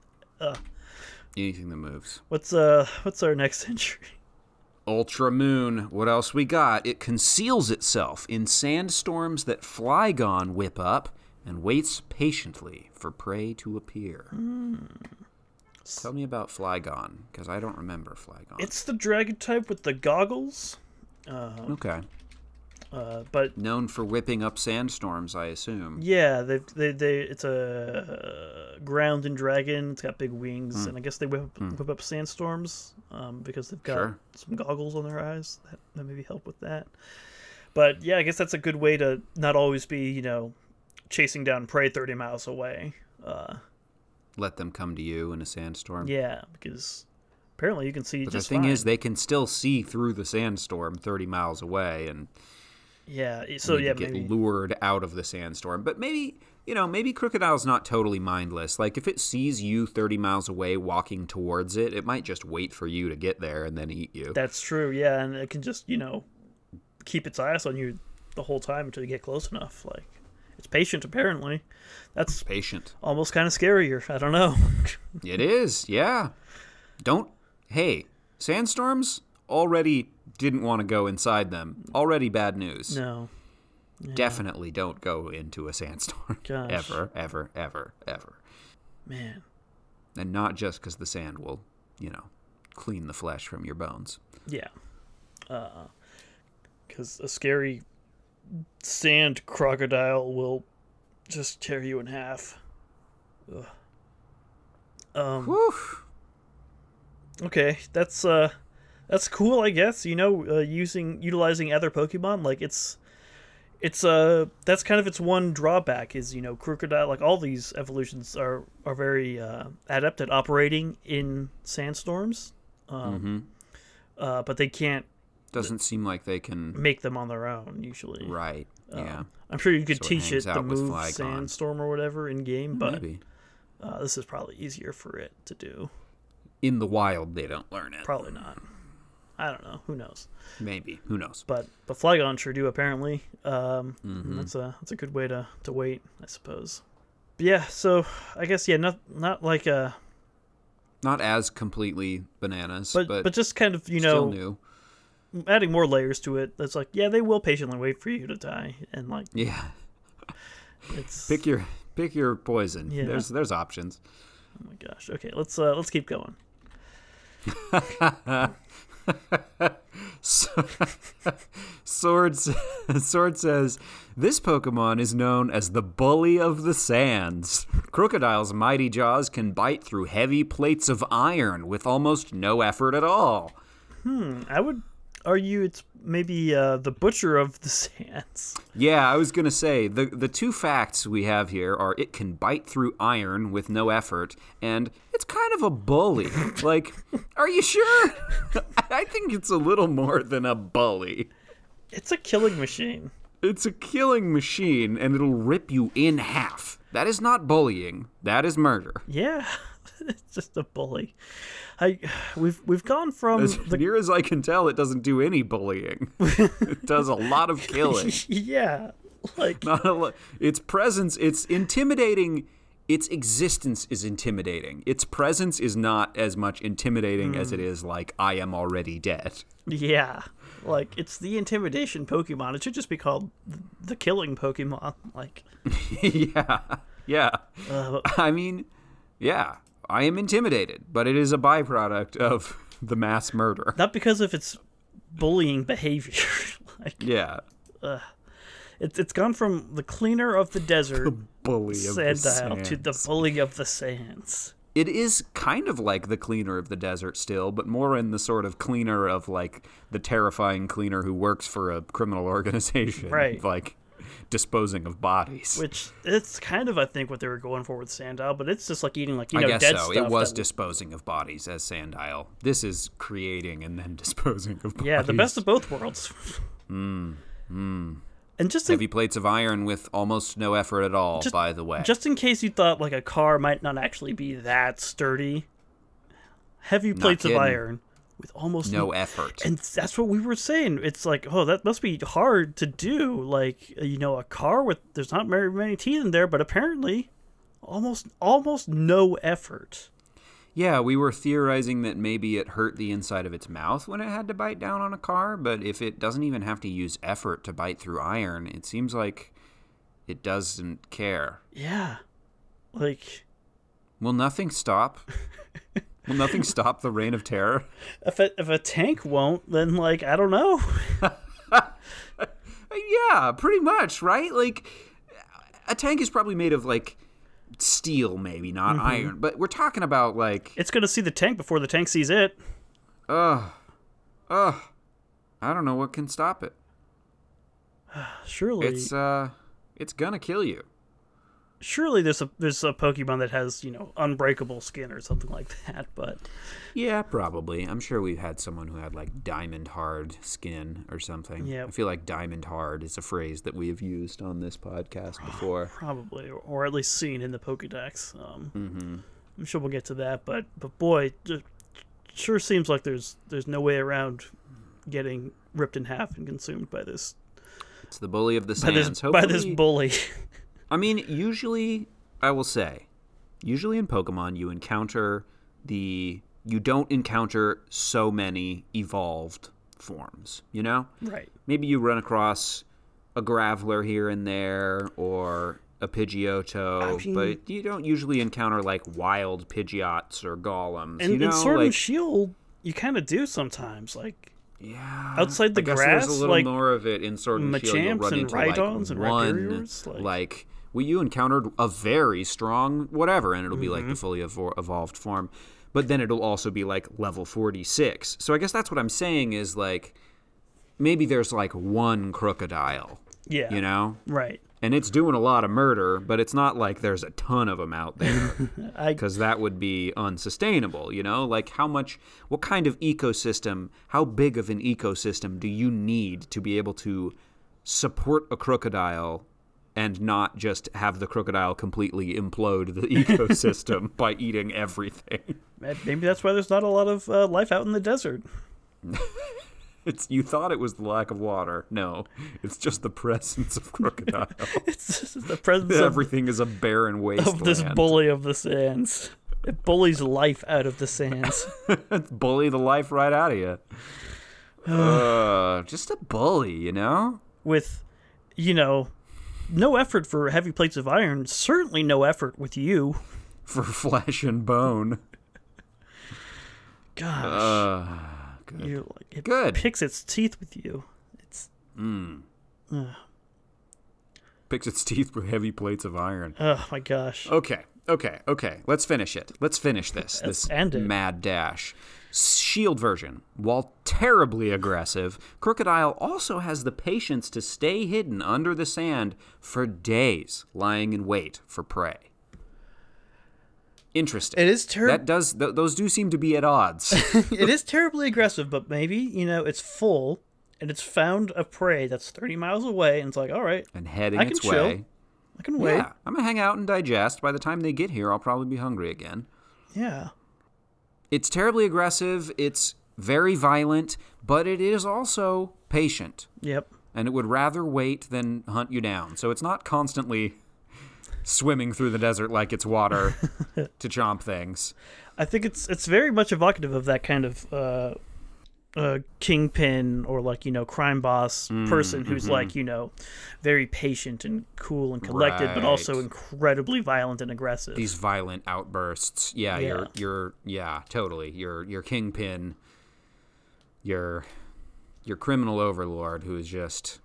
[SPEAKER 2] Anything that moves.
[SPEAKER 1] what's uh what's our next (laughs) entry
[SPEAKER 2] Ultra Moon. What else we got? It conceals itself in sandstorms that Flygon whip up and waits patiently for prey to appear.
[SPEAKER 1] Hmm.
[SPEAKER 2] Tell me about Flygon, because I don't remember Flygon.
[SPEAKER 1] it's the dragon type with the goggles
[SPEAKER 2] okay.
[SPEAKER 1] uh but
[SPEAKER 2] Known for whipping up sandstorms, I assume.
[SPEAKER 1] yeah, they they they it's a uh, ground and dragon. It's got big wings,
[SPEAKER 2] Hmm.
[SPEAKER 1] and I guess they whip, up- whip up sandstorms um, because they've got
[SPEAKER 2] Sure.
[SPEAKER 1] some goggles on their eyes that, that maybe help with that. But yeah, I guess that's a good way to not always be you know chasing down prey thirty miles away. Uh,
[SPEAKER 2] Let them come to you in a sandstorm.
[SPEAKER 1] yeah, because apparently you can see
[SPEAKER 2] But the
[SPEAKER 1] just
[SPEAKER 2] thing
[SPEAKER 1] fine.
[SPEAKER 2] is, they can still see through the sandstorm 30 miles away, and
[SPEAKER 1] yeah, so
[SPEAKER 2] need
[SPEAKER 1] yeah,
[SPEAKER 2] to get
[SPEAKER 1] maybe
[SPEAKER 2] lured out of the sandstorm. But maybe you know, maybe crocodile's not totally mindless. Like if it sees you thirty miles away walking towards it, it might just wait for you to get there and then eat you.
[SPEAKER 1] that's true. Yeah, and it can just you know keep its eyes on you the whole time until you get close enough. Like it's patient apparently. That's
[SPEAKER 2] Patient.
[SPEAKER 1] almost kind of scarier. I don't know. (laughs)
[SPEAKER 2] It is, yeah. Don't hey, sandstorms already didn't want to go inside them. Already bad news.
[SPEAKER 1] no.
[SPEAKER 2] Definitely don't go into a sandstorm.
[SPEAKER 1] (laughs) Gosh.
[SPEAKER 2] Ever, ever, ever, ever.
[SPEAKER 1] Man.
[SPEAKER 2] And not just because the sand will, you know, clean the flesh from your bones.
[SPEAKER 1] Yeah. Uh cuz a scary sand crocodile will just tear you in half. Hmm.
[SPEAKER 2] Whew.
[SPEAKER 1] Okay, that's uh that's cool, I guess. You know, uh, using utilizing other Pokemon like it's it's uh that's kind of its one drawback is you know crocodile like all these evolutions are are very uh, adept at operating in sandstorms,
[SPEAKER 2] Mm-hmm.
[SPEAKER 1] um, uh, but they can't
[SPEAKER 2] Doesn't seem like they can.
[SPEAKER 1] make them on their own usually.
[SPEAKER 2] Right. yeah.
[SPEAKER 1] I'm sure you could
[SPEAKER 2] So it
[SPEAKER 1] teach
[SPEAKER 2] hangs
[SPEAKER 1] it the
[SPEAKER 2] out with
[SPEAKER 1] move
[SPEAKER 2] Flygon. Mm,
[SPEAKER 1] sandstorm or whatever in game, but
[SPEAKER 2] Maybe.
[SPEAKER 1] uh, this is probably easier for it to do.
[SPEAKER 2] In the wild, they don't learn it.
[SPEAKER 1] Probably not. I don't know. Who knows?
[SPEAKER 2] Maybe. Who knows?
[SPEAKER 1] But but Flygon sure do apparently. Um,
[SPEAKER 2] Mm-hmm.
[SPEAKER 1] That's a that's a good way to to wait, I suppose. But yeah. So I guess yeah, not not like uh, a
[SPEAKER 2] Not as completely bananas,
[SPEAKER 1] but
[SPEAKER 2] but,
[SPEAKER 1] but, just kind of you
[SPEAKER 2] still
[SPEAKER 1] know
[SPEAKER 2] new.
[SPEAKER 1] adding more layers to it. That's like yeah, they will patiently wait for you to die, and like
[SPEAKER 2] Yeah.
[SPEAKER 1] it's
[SPEAKER 2] Pick your pick your poison.
[SPEAKER 1] Yeah.
[SPEAKER 2] There's there's options. (laughs)
[SPEAKER 1] oh my gosh. Okay, let's uh, let's keep going.
[SPEAKER 2] So- Sword s- Sword says this Pokemon is known as the Bully of the Sands. Crocodile's mighty jaws can bite through heavy plates of iron with almost no effort at all.
[SPEAKER 1] I would argue it's maybe uh, the butcher of the (laughs) sands.
[SPEAKER 2] Yeah, I was gonna say the the two facts we have here are it can bite through iron with no effort, and it's kind of a bully. like, are you sure? (laughs) I think it's a little more than a bully.
[SPEAKER 1] It's a killing machine.
[SPEAKER 2] It's a killing machine, and it'll rip you in half. That is not bullying. That is murder.
[SPEAKER 1] Yeah, (laughs) it's just a bully. I we've we've gone from
[SPEAKER 2] As
[SPEAKER 1] the
[SPEAKER 2] near as I can tell, it doesn't do any bullying. it does a lot of killing.
[SPEAKER 1] (laughs) yeah, like
[SPEAKER 2] Not a lo- its presence, it's intimidating. Its existence is intimidating. Its presence is not as much intimidating as
[SPEAKER 1] Hmm.
[SPEAKER 2] it is like I am already dead. (laughs)
[SPEAKER 1] yeah, like it's the intimidation Pokemon. It should just be called th- the killing Pokemon. Like
[SPEAKER 2] yeah, yeah.
[SPEAKER 1] uh,
[SPEAKER 2] I mean, yeah. I am intimidated, but it is a byproduct of (laughs) the mass murder.
[SPEAKER 1] not because of its bullying behavior. (laughs) like
[SPEAKER 2] Yeah.
[SPEAKER 1] it's it's gone from the cleaner of the desert
[SPEAKER 2] bully of the
[SPEAKER 1] sandile to the
[SPEAKER 2] sands.
[SPEAKER 1] bully of the sands.
[SPEAKER 2] It is kind of like the cleaner of the desert still, but more in the sort of cleaner of like the terrifying cleaner who works for a criminal (laughs) organization,
[SPEAKER 1] Right.
[SPEAKER 2] Like disposing of bodies.
[SPEAKER 1] Which it's kind of I think what they were going for with Sandile, but it's just like eating like you
[SPEAKER 2] I
[SPEAKER 1] know
[SPEAKER 2] guess
[SPEAKER 1] dead
[SPEAKER 2] so.
[SPEAKER 1] stuff.
[SPEAKER 2] It was
[SPEAKER 1] that-
[SPEAKER 2] disposing of bodies as Sandile. This is creating and then (laughs) disposing of bodies.
[SPEAKER 1] yeah, the best of both worlds. (laughs)
[SPEAKER 2] Hmm.
[SPEAKER 1] And just in,
[SPEAKER 2] heavy plates of iron with almost no effort at all. by the way,
[SPEAKER 1] just in case you thought like a car might not actually be that sturdy, heavy plates of
[SPEAKER 2] kidding.
[SPEAKER 1] iron with almost
[SPEAKER 2] no effort.
[SPEAKER 1] And that's what we were saying. It's like, oh, that must be hard to do. Like, uh, you know, a car with there's not very many teeth in there, but apparently, almost almost no effort.
[SPEAKER 2] Yeah, we were theorizing that maybe it hurt the inside of its mouth when it had to bite down on a car, but if it doesn't even have to use effort to bite through iron, it seems like it doesn't care.
[SPEAKER 1] Yeah, like
[SPEAKER 2] Will nothing stop? Will nothing stop the reign of terror?
[SPEAKER 1] if a, if a tank won't, then like I don't know. (laughs)
[SPEAKER 2] Uh, Yeah, pretty much, right? Like, a tank is probably made of, like, steel, maybe, not iron, but we're talking about, like,
[SPEAKER 1] It's gonna see the tank before the tank sees it.
[SPEAKER 2] ugh, ugh. I don't know what can stop it.
[SPEAKER 1] Surely,
[SPEAKER 2] It's, uh, it's gonna kill you.
[SPEAKER 1] surely there's a there's a Pokemon that has you know unbreakable skin or something like that. (laughs) But
[SPEAKER 2] Yeah, probably. I'm sure we've had someone who had like diamond hard skin or something.
[SPEAKER 1] Yep.
[SPEAKER 2] I feel like diamond hard is a phrase that we have used on
[SPEAKER 1] (sighs)
[SPEAKER 2] this podcast before.
[SPEAKER 1] probably, or, or at least seen in the Pokedex. Um,
[SPEAKER 2] Mm-hmm.
[SPEAKER 1] I'm sure we'll get to that. But but boy, ju- sure seems like there's there's no way around getting ripped in half and consumed by this
[SPEAKER 2] It's the bully of the
[SPEAKER 1] by
[SPEAKER 2] sands.
[SPEAKER 1] this, by this
[SPEAKER 2] Hopefully-
[SPEAKER 1] bully. (laughs)
[SPEAKER 2] I mean, usually, I will say, usually in Pokemon, you encounter the. You don't encounter so many evolved forms, you know?
[SPEAKER 1] right.
[SPEAKER 2] maybe you run across a graveler here and there or a Pidgeotto,
[SPEAKER 1] I mean-
[SPEAKER 2] but you don't usually encounter like wild Pidgeots or golems.
[SPEAKER 1] And
[SPEAKER 2] you know,
[SPEAKER 1] in Sword
[SPEAKER 2] like
[SPEAKER 1] and Shield, you kind of do sometimes. Like
[SPEAKER 2] yeah,
[SPEAKER 1] outside the
[SPEAKER 2] Uh, I guess
[SPEAKER 1] grass,
[SPEAKER 2] There's a little
[SPEAKER 1] like,
[SPEAKER 2] more of it in Sword and Shield. You'll
[SPEAKER 1] Machamps
[SPEAKER 2] run
[SPEAKER 1] and
[SPEAKER 2] into
[SPEAKER 1] Rhydons
[SPEAKER 2] like
[SPEAKER 1] and
[SPEAKER 2] one,
[SPEAKER 1] Rhyperiors, like-
[SPEAKER 2] like, well, you encountered a very strong whatever, and it'll be
[SPEAKER 1] Mm-hmm.
[SPEAKER 2] like the fully evol- evolved form. But then it'll also be like level 46. So I guess that's what I'm saying is like maybe there's like one crocodile
[SPEAKER 1] Yeah.
[SPEAKER 2] you know?
[SPEAKER 1] Right.
[SPEAKER 2] And it's doing a lot of murder, but it's not like there's a ton of them out there
[SPEAKER 1] (laughs) I
[SPEAKER 2] because that would be unsustainable, you know? Like, how much, what kind of ecosystem, how big of an ecosystem do you need to be able to support a crocodile and not just have the crocodile completely implode
[SPEAKER 1] (laughs)
[SPEAKER 2] the ecosystem by eating everything? (laughs)
[SPEAKER 1] maybe that's why there's not a lot of uh, life out in the desert. (laughs)
[SPEAKER 2] It's you thought it was the lack of water. No, it's just the presence
[SPEAKER 1] (laughs)
[SPEAKER 2] of crocodile.
[SPEAKER 1] It's just the
[SPEAKER 2] (laughs)
[SPEAKER 1] presence of,
[SPEAKER 2] Everything is a barren wasteland.
[SPEAKER 1] of this bully of the sands. It bullies life out of the
[SPEAKER 2] (laughs)
[SPEAKER 1] sands.
[SPEAKER 2] bully the life right out of you. uh, just a bully, you know. (laughs)
[SPEAKER 1] with, you know, no effort for heavy plates of iron. Certainly no effort with you.
[SPEAKER 2] For flesh and bone.
[SPEAKER 1] Gosh,
[SPEAKER 2] Uh, good.
[SPEAKER 1] you're like it
[SPEAKER 2] Good.
[SPEAKER 1] picks its teeth with you. It's
[SPEAKER 2] Picks its teeth with heavy plates of iron.
[SPEAKER 1] oh my gosh.
[SPEAKER 2] Okay, okay, okay. Let's finish it. Let's finish this. this
[SPEAKER 1] end it.
[SPEAKER 2] mad dash. Shield version. While terribly aggressive, Crocodile also has the patience to stay hidden under the sand for days, lying in wait for prey. Interesting.
[SPEAKER 1] It is ter-
[SPEAKER 2] That does th- those do seem to be at odds.
[SPEAKER 1] (laughs) it is terribly aggressive, but maybe you know it's full and it's found a prey that's 30 miles away, and it's like, all right,
[SPEAKER 2] and heading
[SPEAKER 1] I can
[SPEAKER 2] its
[SPEAKER 1] chill.
[SPEAKER 2] way.
[SPEAKER 1] I can wait.
[SPEAKER 2] Yeah, I'm gonna hang out and digest. By the time they get here, I'll probably be hungry again.
[SPEAKER 1] yeah.
[SPEAKER 2] It's terribly aggressive, it's very violent, but it is also patient,
[SPEAKER 1] Yep.
[SPEAKER 2] and it would rather wait than hunt you down. So it's not constantly (laughs) swimming through the desert like
[SPEAKER 1] (laughs)
[SPEAKER 2] it's water to chomp things.
[SPEAKER 1] I think it's it's very much evocative of that kind of uh, uh, kingpin or like you know crime boss
[SPEAKER 2] Mm,
[SPEAKER 1] person who's
[SPEAKER 2] mm-hmm.
[SPEAKER 1] like you know very patient and cool and collected, but also
[SPEAKER 2] Right.
[SPEAKER 1] incredibly violent and aggressive.
[SPEAKER 2] These violent outbursts. Yeah,
[SPEAKER 1] Yeah.
[SPEAKER 2] you're you're yeah, totally. You're your kingpin, your your criminal overlord who is just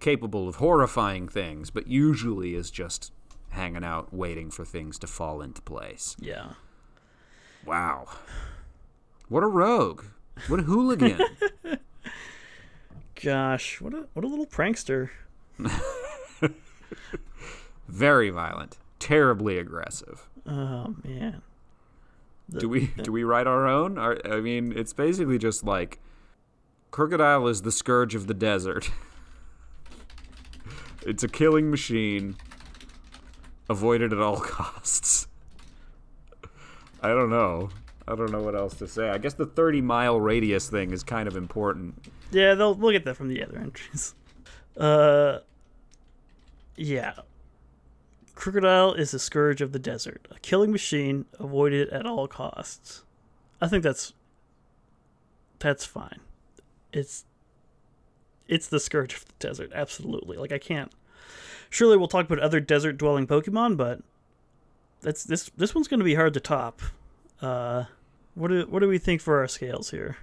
[SPEAKER 2] capable of horrifying things, but usually is just hanging out waiting for things to fall into place.
[SPEAKER 1] yeah,
[SPEAKER 2] Wow. What a rogue. What a hooligan.
[SPEAKER 1] gosh, what a what a little prankster.
[SPEAKER 2] Very violent. Terribly aggressive.
[SPEAKER 1] Oh man,
[SPEAKER 2] Do we do we write our own? Our, I mean, it's basically just like crocodile is the scourge of the desert. (laughs) it's a killing machine. Avoided at all (laughs) costs. I don't know. I don't know what else to say. I guess the 30 mile radius thing is kind of important.
[SPEAKER 1] yeah, they'll we'll get that from the other entries. (laughs) Uh, yeah. Crocodile is the scourge of the desert, a killing machine. Avoid it at all costs. I think that's that's fine. It's it's the scourge of the desert, absolutely. Like I can't. Surely we'll talk about other desert-dwelling Pokemon, but that's this this one's going to be hard to top. Uh, what do what do we think for our scales here?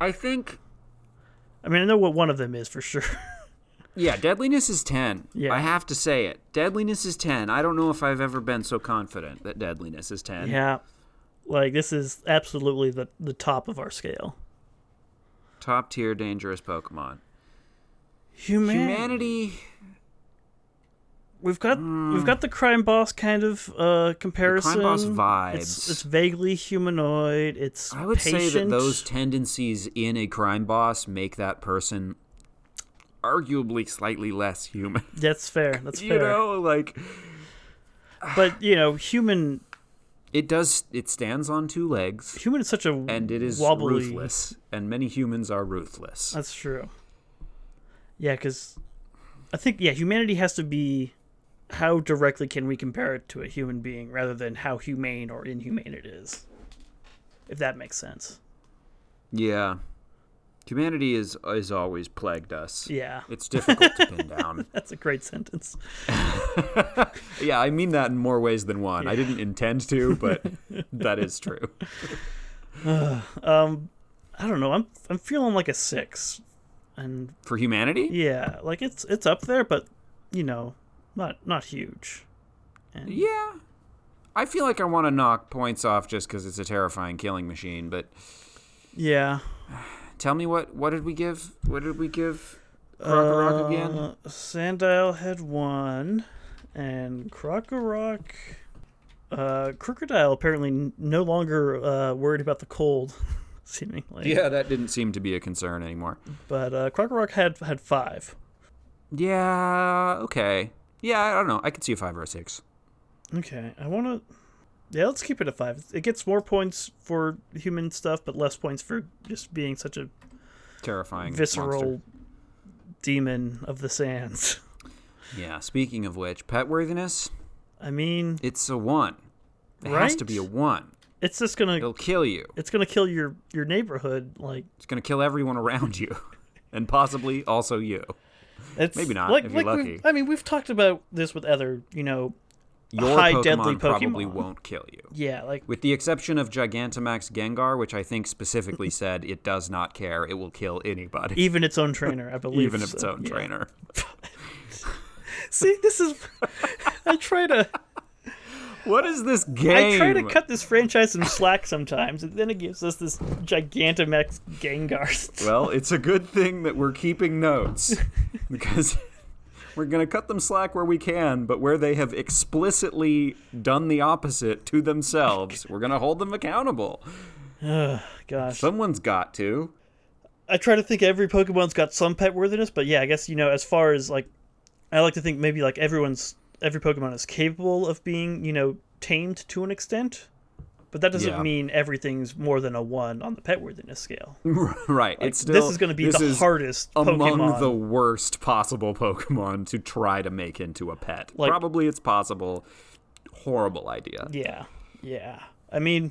[SPEAKER 2] I think
[SPEAKER 1] I mean, I know what one of them is for sure.
[SPEAKER 2] Yeah, deadliness is 10.
[SPEAKER 1] Yeah.
[SPEAKER 2] I have to say it. Deadliness is 10. I don't know if I've ever been so confident that deadliness is 10.
[SPEAKER 1] yeah. Like this is absolutely the the top of our scale.
[SPEAKER 2] Top tier dangerous Pokemon.
[SPEAKER 1] Humanity.
[SPEAKER 2] Humanity, Hmm.
[SPEAKER 1] We've got we've got the crime boss kind of uh comparison.
[SPEAKER 2] boss
[SPEAKER 1] It's,
[SPEAKER 2] vibes.
[SPEAKER 1] it's vaguely humanoid. It's
[SPEAKER 2] I would say that
[SPEAKER 1] patient.
[SPEAKER 2] those tendencies in a crime boss make that person arguably slightly less human. (laughs)
[SPEAKER 1] That's fair. That's
[SPEAKER 2] you
[SPEAKER 1] fair.
[SPEAKER 2] know, like
[SPEAKER 1] But you know, human
[SPEAKER 2] it does it stands on two legs
[SPEAKER 1] human is such a
[SPEAKER 2] and it is
[SPEAKER 1] wobbly.
[SPEAKER 2] ruthless and many humans are ruthless.
[SPEAKER 1] That's true. Yeah, because I think yeah, humanity has to be how directly can we compare it to a human being rather than how humane or inhumane it is. If that makes sense.
[SPEAKER 2] Yeah. Humanity is is always plagued us.
[SPEAKER 1] Yeah, (laughs)
[SPEAKER 2] It's difficult to pin down.
[SPEAKER 1] that's a great sentence.
[SPEAKER 2] Yeah, I mean that in more ways than one. I didn't intend to, but that is true.
[SPEAKER 1] I don't know. I'm I'm feeling like a six, and
[SPEAKER 2] For humanity?
[SPEAKER 1] (laughs) yeah, like it's it's up there, but you know, not not huge. And
[SPEAKER 2] Yeah. I feel like I want to knock points off just because it's a terrifying killing machine, but
[SPEAKER 1] yeah,
[SPEAKER 2] tell me what what did we give? What did we give Krokorok again?
[SPEAKER 1] Uh, Sandile had one, and Krokorok. Uh, Crocodile apparently n- no longer uh, worried about the cold, (laughs) seemingly.
[SPEAKER 2] Yeah, that didn't seem to be a concern anymore.
[SPEAKER 1] But uh, Krokorok had had five.
[SPEAKER 2] Yeah, okay. Yeah, I don't know. I could see a five or a six.
[SPEAKER 1] Okay, I want to. Yeah, let's keep it at five. It gets more points for human stuff, but less points for just being such a
[SPEAKER 2] Terrifying.
[SPEAKER 1] visceral
[SPEAKER 2] monster.
[SPEAKER 1] demon of the sands. (laughs)
[SPEAKER 2] Yeah. Speaking of which, pet worthiness,
[SPEAKER 1] I mean,
[SPEAKER 2] it's a one. It has to be a
[SPEAKER 1] Right?
[SPEAKER 2] one.
[SPEAKER 1] it's just gonna
[SPEAKER 2] It'll kill you.
[SPEAKER 1] it's gonna kill your your neighborhood. Like
[SPEAKER 2] It's gonna kill everyone around (laughs) you, and possibly also you.
[SPEAKER 1] it's
[SPEAKER 2] Maybe not,
[SPEAKER 1] Like,
[SPEAKER 2] if you're
[SPEAKER 1] like
[SPEAKER 2] lucky.
[SPEAKER 1] we've- I mean, we've talked about this with other, you know,
[SPEAKER 2] Your
[SPEAKER 1] High
[SPEAKER 2] Pokemon
[SPEAKER 1] deadly
[SPEAKER 2] probably
[SPEAKER 1] Pokemon.
[SPEAKER 2] won't kill you.
[SPEAKER 1] yeah, like
[SPEAKER 2] With the exception of Gigantamax Gengar, which I
[SPEAKER 1] (laughs)
[SPEAKER 2] think specifically said it does not care, it will kill anybody,
[SPEAKER 1] even its own trainer. I believe
[SPEAKER 2] (laughs) even if its
[SPEAKER 1] so,
[SPEAKER 2] own
[SPEAKER 1] yeah.
[SPEAKER 2] trainer.
[SPEAKER 1] See, this is I try to
[SPEAKER 2] What is this game?
[SPEAKER 1] I try to cut this franchise some slack sometimes, and then it gives us this Gigantamax Gengar. (sighs)
[SPEAKER 2] Well, it's a good thing that we're
[SPEAKER 1] (laughs)
[SPEAKER 2] keeping notes because we're going to cut them slack where we can, but where they have explicitly done the opposite to themselves, we're going to hold them accountable.
[SPEAKER 1] Gosh,
[SPEAKER 2] Someone's got to. (laughs)
[SPEAKER 1] I try to think every Pokemon's got some pet worthiness, but yeah, I guess you know as far as like I like to think maybe like everyone's every Pokemon is capable of being you know tamed to an extent, but that doesn't
[SPEAKER 2] Yeah.
[SPEAKER 1] mean everything's more than a one on the pet worthiness scale.
[SPEAKER 2] right. it's still
[SPEAKER 1] this is going to be
[SPEAKER 2] this
[SPEAKER 1] the
[SPEAKER 2] is
[SPEAKER 1] hardest
[SPEAKER 2] among
[SPEAKER 1] Pokemon.
[SPEAKER 2] the worst possible Pokemon to try to make into a pet.
[SPEAKER 1] Like-
[SPEAKER 2] Probably it's possible. Horrible idea.
[SPEAKER 1] Yeah, yeah. I mean,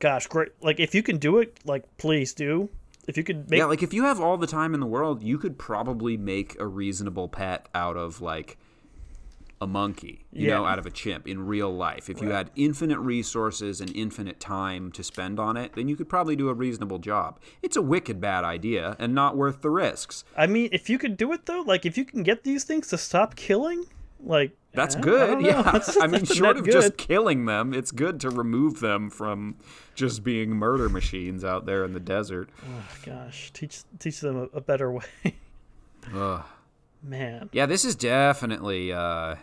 [SPEAKER 1] gosh, great. Like if you can do it, like please do. If you could make
[SPEAKER 2] yeah, like if you have all the time in the world, you could probably make a reasonable pet out of like a monkey, you know,
[SPEAKER 1] Yeah.
[SPEAKER 2] out of a chimp in real life. If you had infinite resources and infinite time to spend on it, then you could probably do a reasonable job. It's a wicked bad idea and not worth the risks.
[SPEAKER 1] I mean, if you could do it though, like if you can get these things to stop killing, like eh,
[SPEAKER 2] That's
[SPEAKER 1] I- I
[SPEAKER 2] good.
[SPEAKER 1] don't know. (laughs)
[SPEAKER 2] yeah.
[SPEAKER 1] That's-
[SPEAKER 2] (laughs) I mean,
[SPEAKER 1] that's not
[SPEAKER 2] short of
[SPEAKER 1] good.
[SPEAKER 2] just killing them, it's good to remove them from just being murder machines out there in the desert.
[SPEAKER 1] gosh, teach teach them a, a better way. (laughs) Man,
[SPEAKER 2] Yeah, this is definitely. Uh,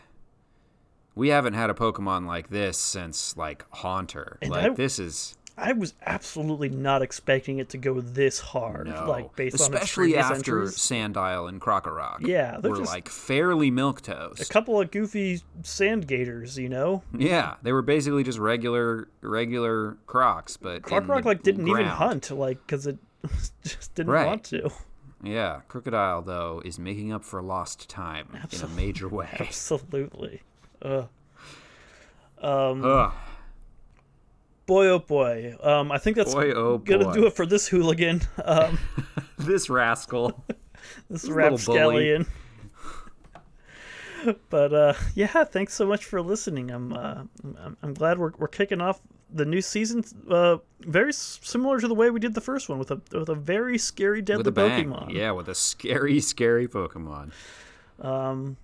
[SPEAKER 2] we haven't had a Pokemon like this since like Haunter. like
[SPEAKER 1] I-
[SPEAKER 2] this is
[SPEAKER 1] I was absolutely not expecting it to go this hard.
[SPEAKER 2] no,
[SPEAKER 1] Like based
[SPEAKER 2] especially
[SPEAKER 1] on its previous
[SPEAKER 2] after
[SPEAKER 1] entries.
[SPEAKER 2] Sandile and Krokorok.
[SPEAKER 1] Yeah, they're
[SPEAKER 2] were
[SPEAKER 1] just-
[SPEAKER 2] like fairly milk toast.
[SPEAKER 1] a couple of goofy sand gators, you know.
[SPEAKER 2] Yeah, they were basically just regular regular Crocs, but in
[SPEAKER 1] Rock
[SPEAKER 2] the
[SPEAKER 1] like didn't even
[SPEAKER 2] ground.
[SPEAKER 1] hunt, like because it (laughs) just didn't
[SPEAKER 2] Right.
[SPEAKER 1] want
[SPEAKER 2] (laughs)
[SPEAKER 1] to.
[SPEAKER 2] Yeah, Crocodile though is making up for lost time in a
[SPEAKER 1] (laughs)
[SPEAKER 2] major way.
[SPEAKER 1] Absolutely.
[SPEAKER 2] (laughs) Ugh,
[SPEAKER 1] Boy, oh boy. Um, I think that's
[SPEAKER 2] boy, oh boy,
[SPEAKER 1] gonna do it for this hooligan, (laughs) um, (laughs)
[SPEAKER 2] this rascal.
[SPEAKER 1] this
[SPEAKER 2] little bully.
[SPEAKER 1] rapscallion. (laughs) but uh, yeah, thanks so much for listening. I'm uh, I'm, I'm glad we're, we're kicking off the new season uh, very s- similar to the way we did the first one with a with a very scary deadly
[SPEAKER 2] With a bang.
[SPEAKER 1] Pokemon.
[SPEAKER 2] Yeah, with a scary, scary Pokemon.
[SPEAKER 1] Our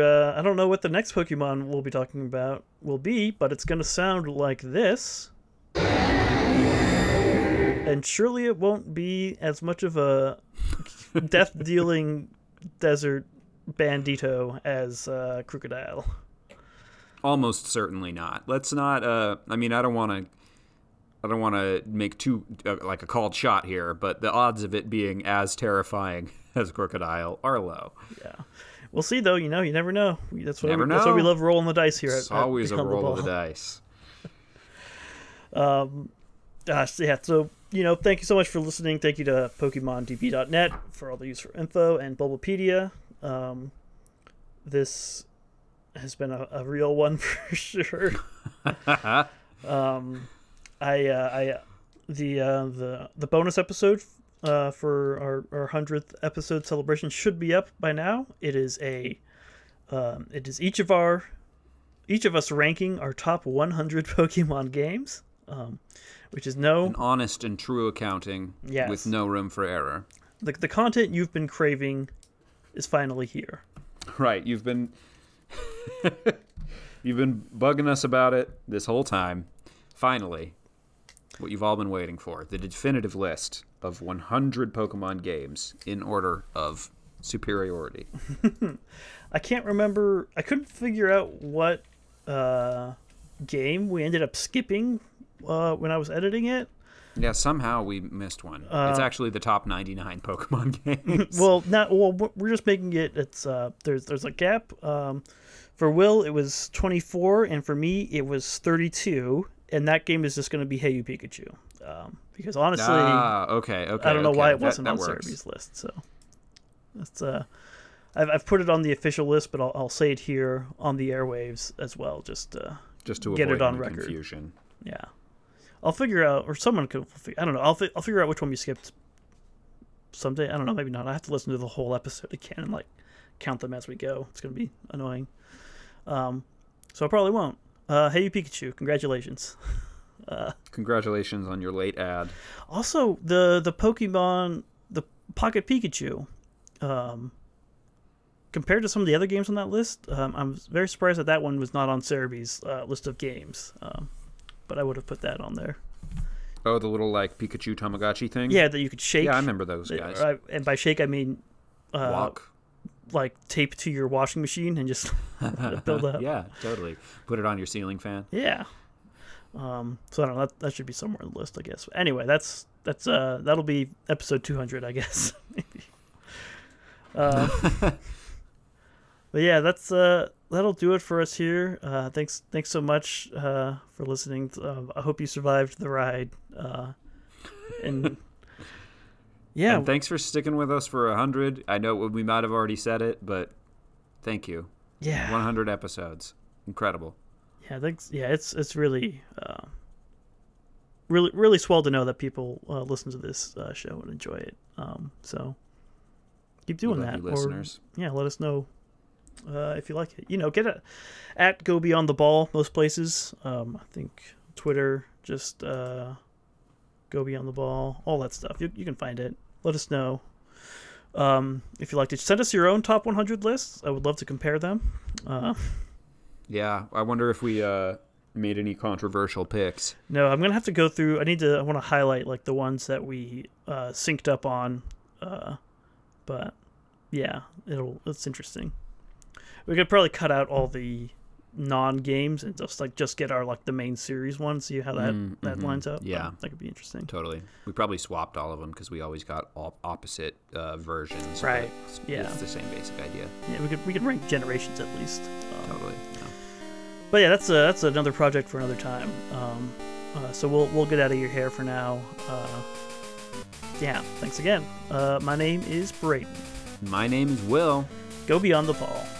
[SPEAKER 1] uh, I don't know what the next Pokemon we'll be talking about will be, but it's gonna sound like this. And surely it won't be as much of
[SPEAKER 2] (laughs)
[SPEAKER 1] a death dealing desert bandito as uh, Crocodile.
[SPEAKER 2] Almost certainly not. Let's not. Uh, I mean, I don't want to. I don't want to make too uh, like a called shot here, but the odds of it being as terrifying (laughs) as crocodile are low.
[SPEAKER 1] We'll see though. You know, you never know. We- That's why
[SPEAKER 2] Never
[SPEAKER 1] we, that's why we
[SPEAKER 2] know.
[SPEAKER 1] love rolling the dice here.
[SPEAKER 2] It's
[SPEAKER 1] at- at
[SPEAKER 2] always a
[SPEAKER 1] Beyond
[SPEAKER 2] roll of the
[SPEAKER 1] Ball.
[SPEAKER 2] dice.
[SPEAKER 1] Gosh, Ah, yeah. So you know, thank you so much for listening. Thank you to PokemonDB.net for all the useful info and Bulbapedia. Um, this has been a, a real one (laughs) for sure. um, I, uh, I, uh, the uh, the the bonus episode uh, for our our hundredth episode celebration should be up by now. It is a, um, it is each of our, each of us ranking our top 100 (laughs) Pokemon games. Um, which is no
[SPEAKER 2] An honest and true accounting
[SPEAKER 1] Yes.
[SPEAKER 2] with no room for error.
[SPEAKER 1] the, the content you've been craving is finally here.
[SPEAKER 2] Right. You've been you've been bugging us about it this whole time. Finally, what you've all been waiting for, the definitive list of 100 Pokemon games in order of superiority.
[SPEAKER 1] I can't remember. I couldn't figure out what uh, game we ended up skipping uh, when I was editing it.
[SPEAKER 2] Yeah, somehow we missed one.
[SPEAKER 1] Uh,
[SPEAKER 2] it's actually the top 99 Pokemon (laughs) games.
[SPEAKER 1] Well, not well. we're- We're just making it. It's uh, there's there's a gap. Um, for Will, it was 24, and for me, it was 32. And that game is just going to be Hey You Pikachu, um, because honestly,
[SPEAKER 2] ah, okay, okay.
[SPEAKER 1] I don't know
[SPEAKER 2] okay.
[SPEAKER 1] why it
[SPEAKER 2] That-
[SPEAKER 1] wasn't
[SPEAKER 2] that
[SPEAKER 1] on
[SPEAKER 2] works.
[SPEAKER 1] Serby's list. So that's uh, I've, I've put it on the official list, but I'll, I'll say it here on the airwaves as well. Just uh,
[SPEAKER 2] Just to
[SPEAKER 1] Get
[SPEAKER 2] avoid
[SPEAKER 1] it on
[SPEAKER 2] any
[SPEAKER 1] record.
[SPEAKER 2] confusion.
[SPEAKER 1] yeah, I'll figure out, or someone could. fi- I don't know. I'll fi- I'll figure out which one we skipped someday. I don't know. Maybe not. I have to listen to the whole episode again and like count them as we go. It's gonna be annoying. Um, so I probably won't. Uh, hey, you Pikachu! Congratulations.
[SPEAKER 2] Congratulations on your late ad.
[SPEAKER 1] Also, the the Pokemon, the Pocket Pikachu, um, compared to some of the other games on that list, um, I'm very surprised that that one was not on Cerebe's uh, list of games. Um, but I would have put that on there.
[SPEAKER 2] Oh, the little like Pikachu Tamagotchi thing.
[SPEAKER 1] Yeah, that you could shake.
[SPEAKER 2] yeah, I remember those
[SPEAKER 1] Uh,
[SPEAKER 2] guys.
[SPEAKER 1] right, and by shake, I mean uh,
[SPEAKER 2] Walk.
[SPEAKER 1] like tape to your washing machine and
[SPEAKER 2] (laughs)
[SPEAKER 1] just build (laughs) up.
[SPEAKER 2] Yeah, totally. Put it on your ceiling fan.
[SPEAKER 1] Yeah. Um, so I don't know. That, that should be somewhere on the list, I guess. But anyway, that's that's uh that'll be episode two hundred, I guess. (laughs) Maybe.
[SPEAKER 2] (laughs)
[SPEAKER 1] Um, but yeah, that's uh that'll do it for us here. Uh, thanks thanks so much uh, for listening. Um, I hope you survived the ride. Uh, and
[SPEAKER 2] (laughs)
[SPEAKER 1] yeah,
[SPEAKER 2] And thanks for sticking with us for 100. I know we might have already said it, but thank you.
[SPEAKER 1] yeah.
[SPEAKER 2] 100 episodes. Incredible.
[SPEAKER 1] Yeah, thanks. Yeah, it's it's really, uh, really, really swell to know that people uh, listen to this uh, show and enjoy it. Um, so keep doing
[SPEAKER 2] love
[SPEAKER 1] that,
[SPEAKER 2] you,
[SPEAKER 1] or-
[SPEAKER 2] listeners.
[SPEAKER 1] yeah, let us know uh, if you like it. You know, get it at Go Beyond the Ball most places. Um, I think Twitter, just uh, Go Beyond the Ball, all that stuff. You, you can find it. Let us know um, if you liked it. Send us your own top 100 lists. I would love to compare them. Uh,
[SPEAKER 2] Yeah, I wonder if we uh, made any controversial picks.
[SPEAKER 1] No, I'm gonna have to go through. I need to. I want to highlight like the ones that we uh, synced up on, uh, but yeah, it'll. It's interesting. We could probably cut out all the non games and just like just get our like the main series one. See how that
[SPEAKER 2] Mm,
[SPEAKER 1] that
[SPEAKER 2] mhm.
[SPEAKER 1] lines up.
[SPEAKER 2] Yeah.
[SPEAKER 1] that could be interesting.
[SPEAKER 2] Totally. We probably swapped all of them because we always got all opposite uh, versions. but
[SPEAKER 1] Right.
[SPEAKER 2] It's,
[SPEAKER 1] Yeah.
[SPEAKER 2] It's the same basic idea.
[SPEAKER 1] Yeah, we could we could rank generations at least. Um,
[SPEAKER 2] Totally. Yeah.
[SPEAKER 1] But yeah, that's a, that's another project for another time. Um, uh, so we'll we'll get out of your hair for now. Uh, yeah, thanks again. Uh, my name is Brayden.
[SPEAKER 2] My name is Will.
[SPEAKER 1] Go beyond the ball.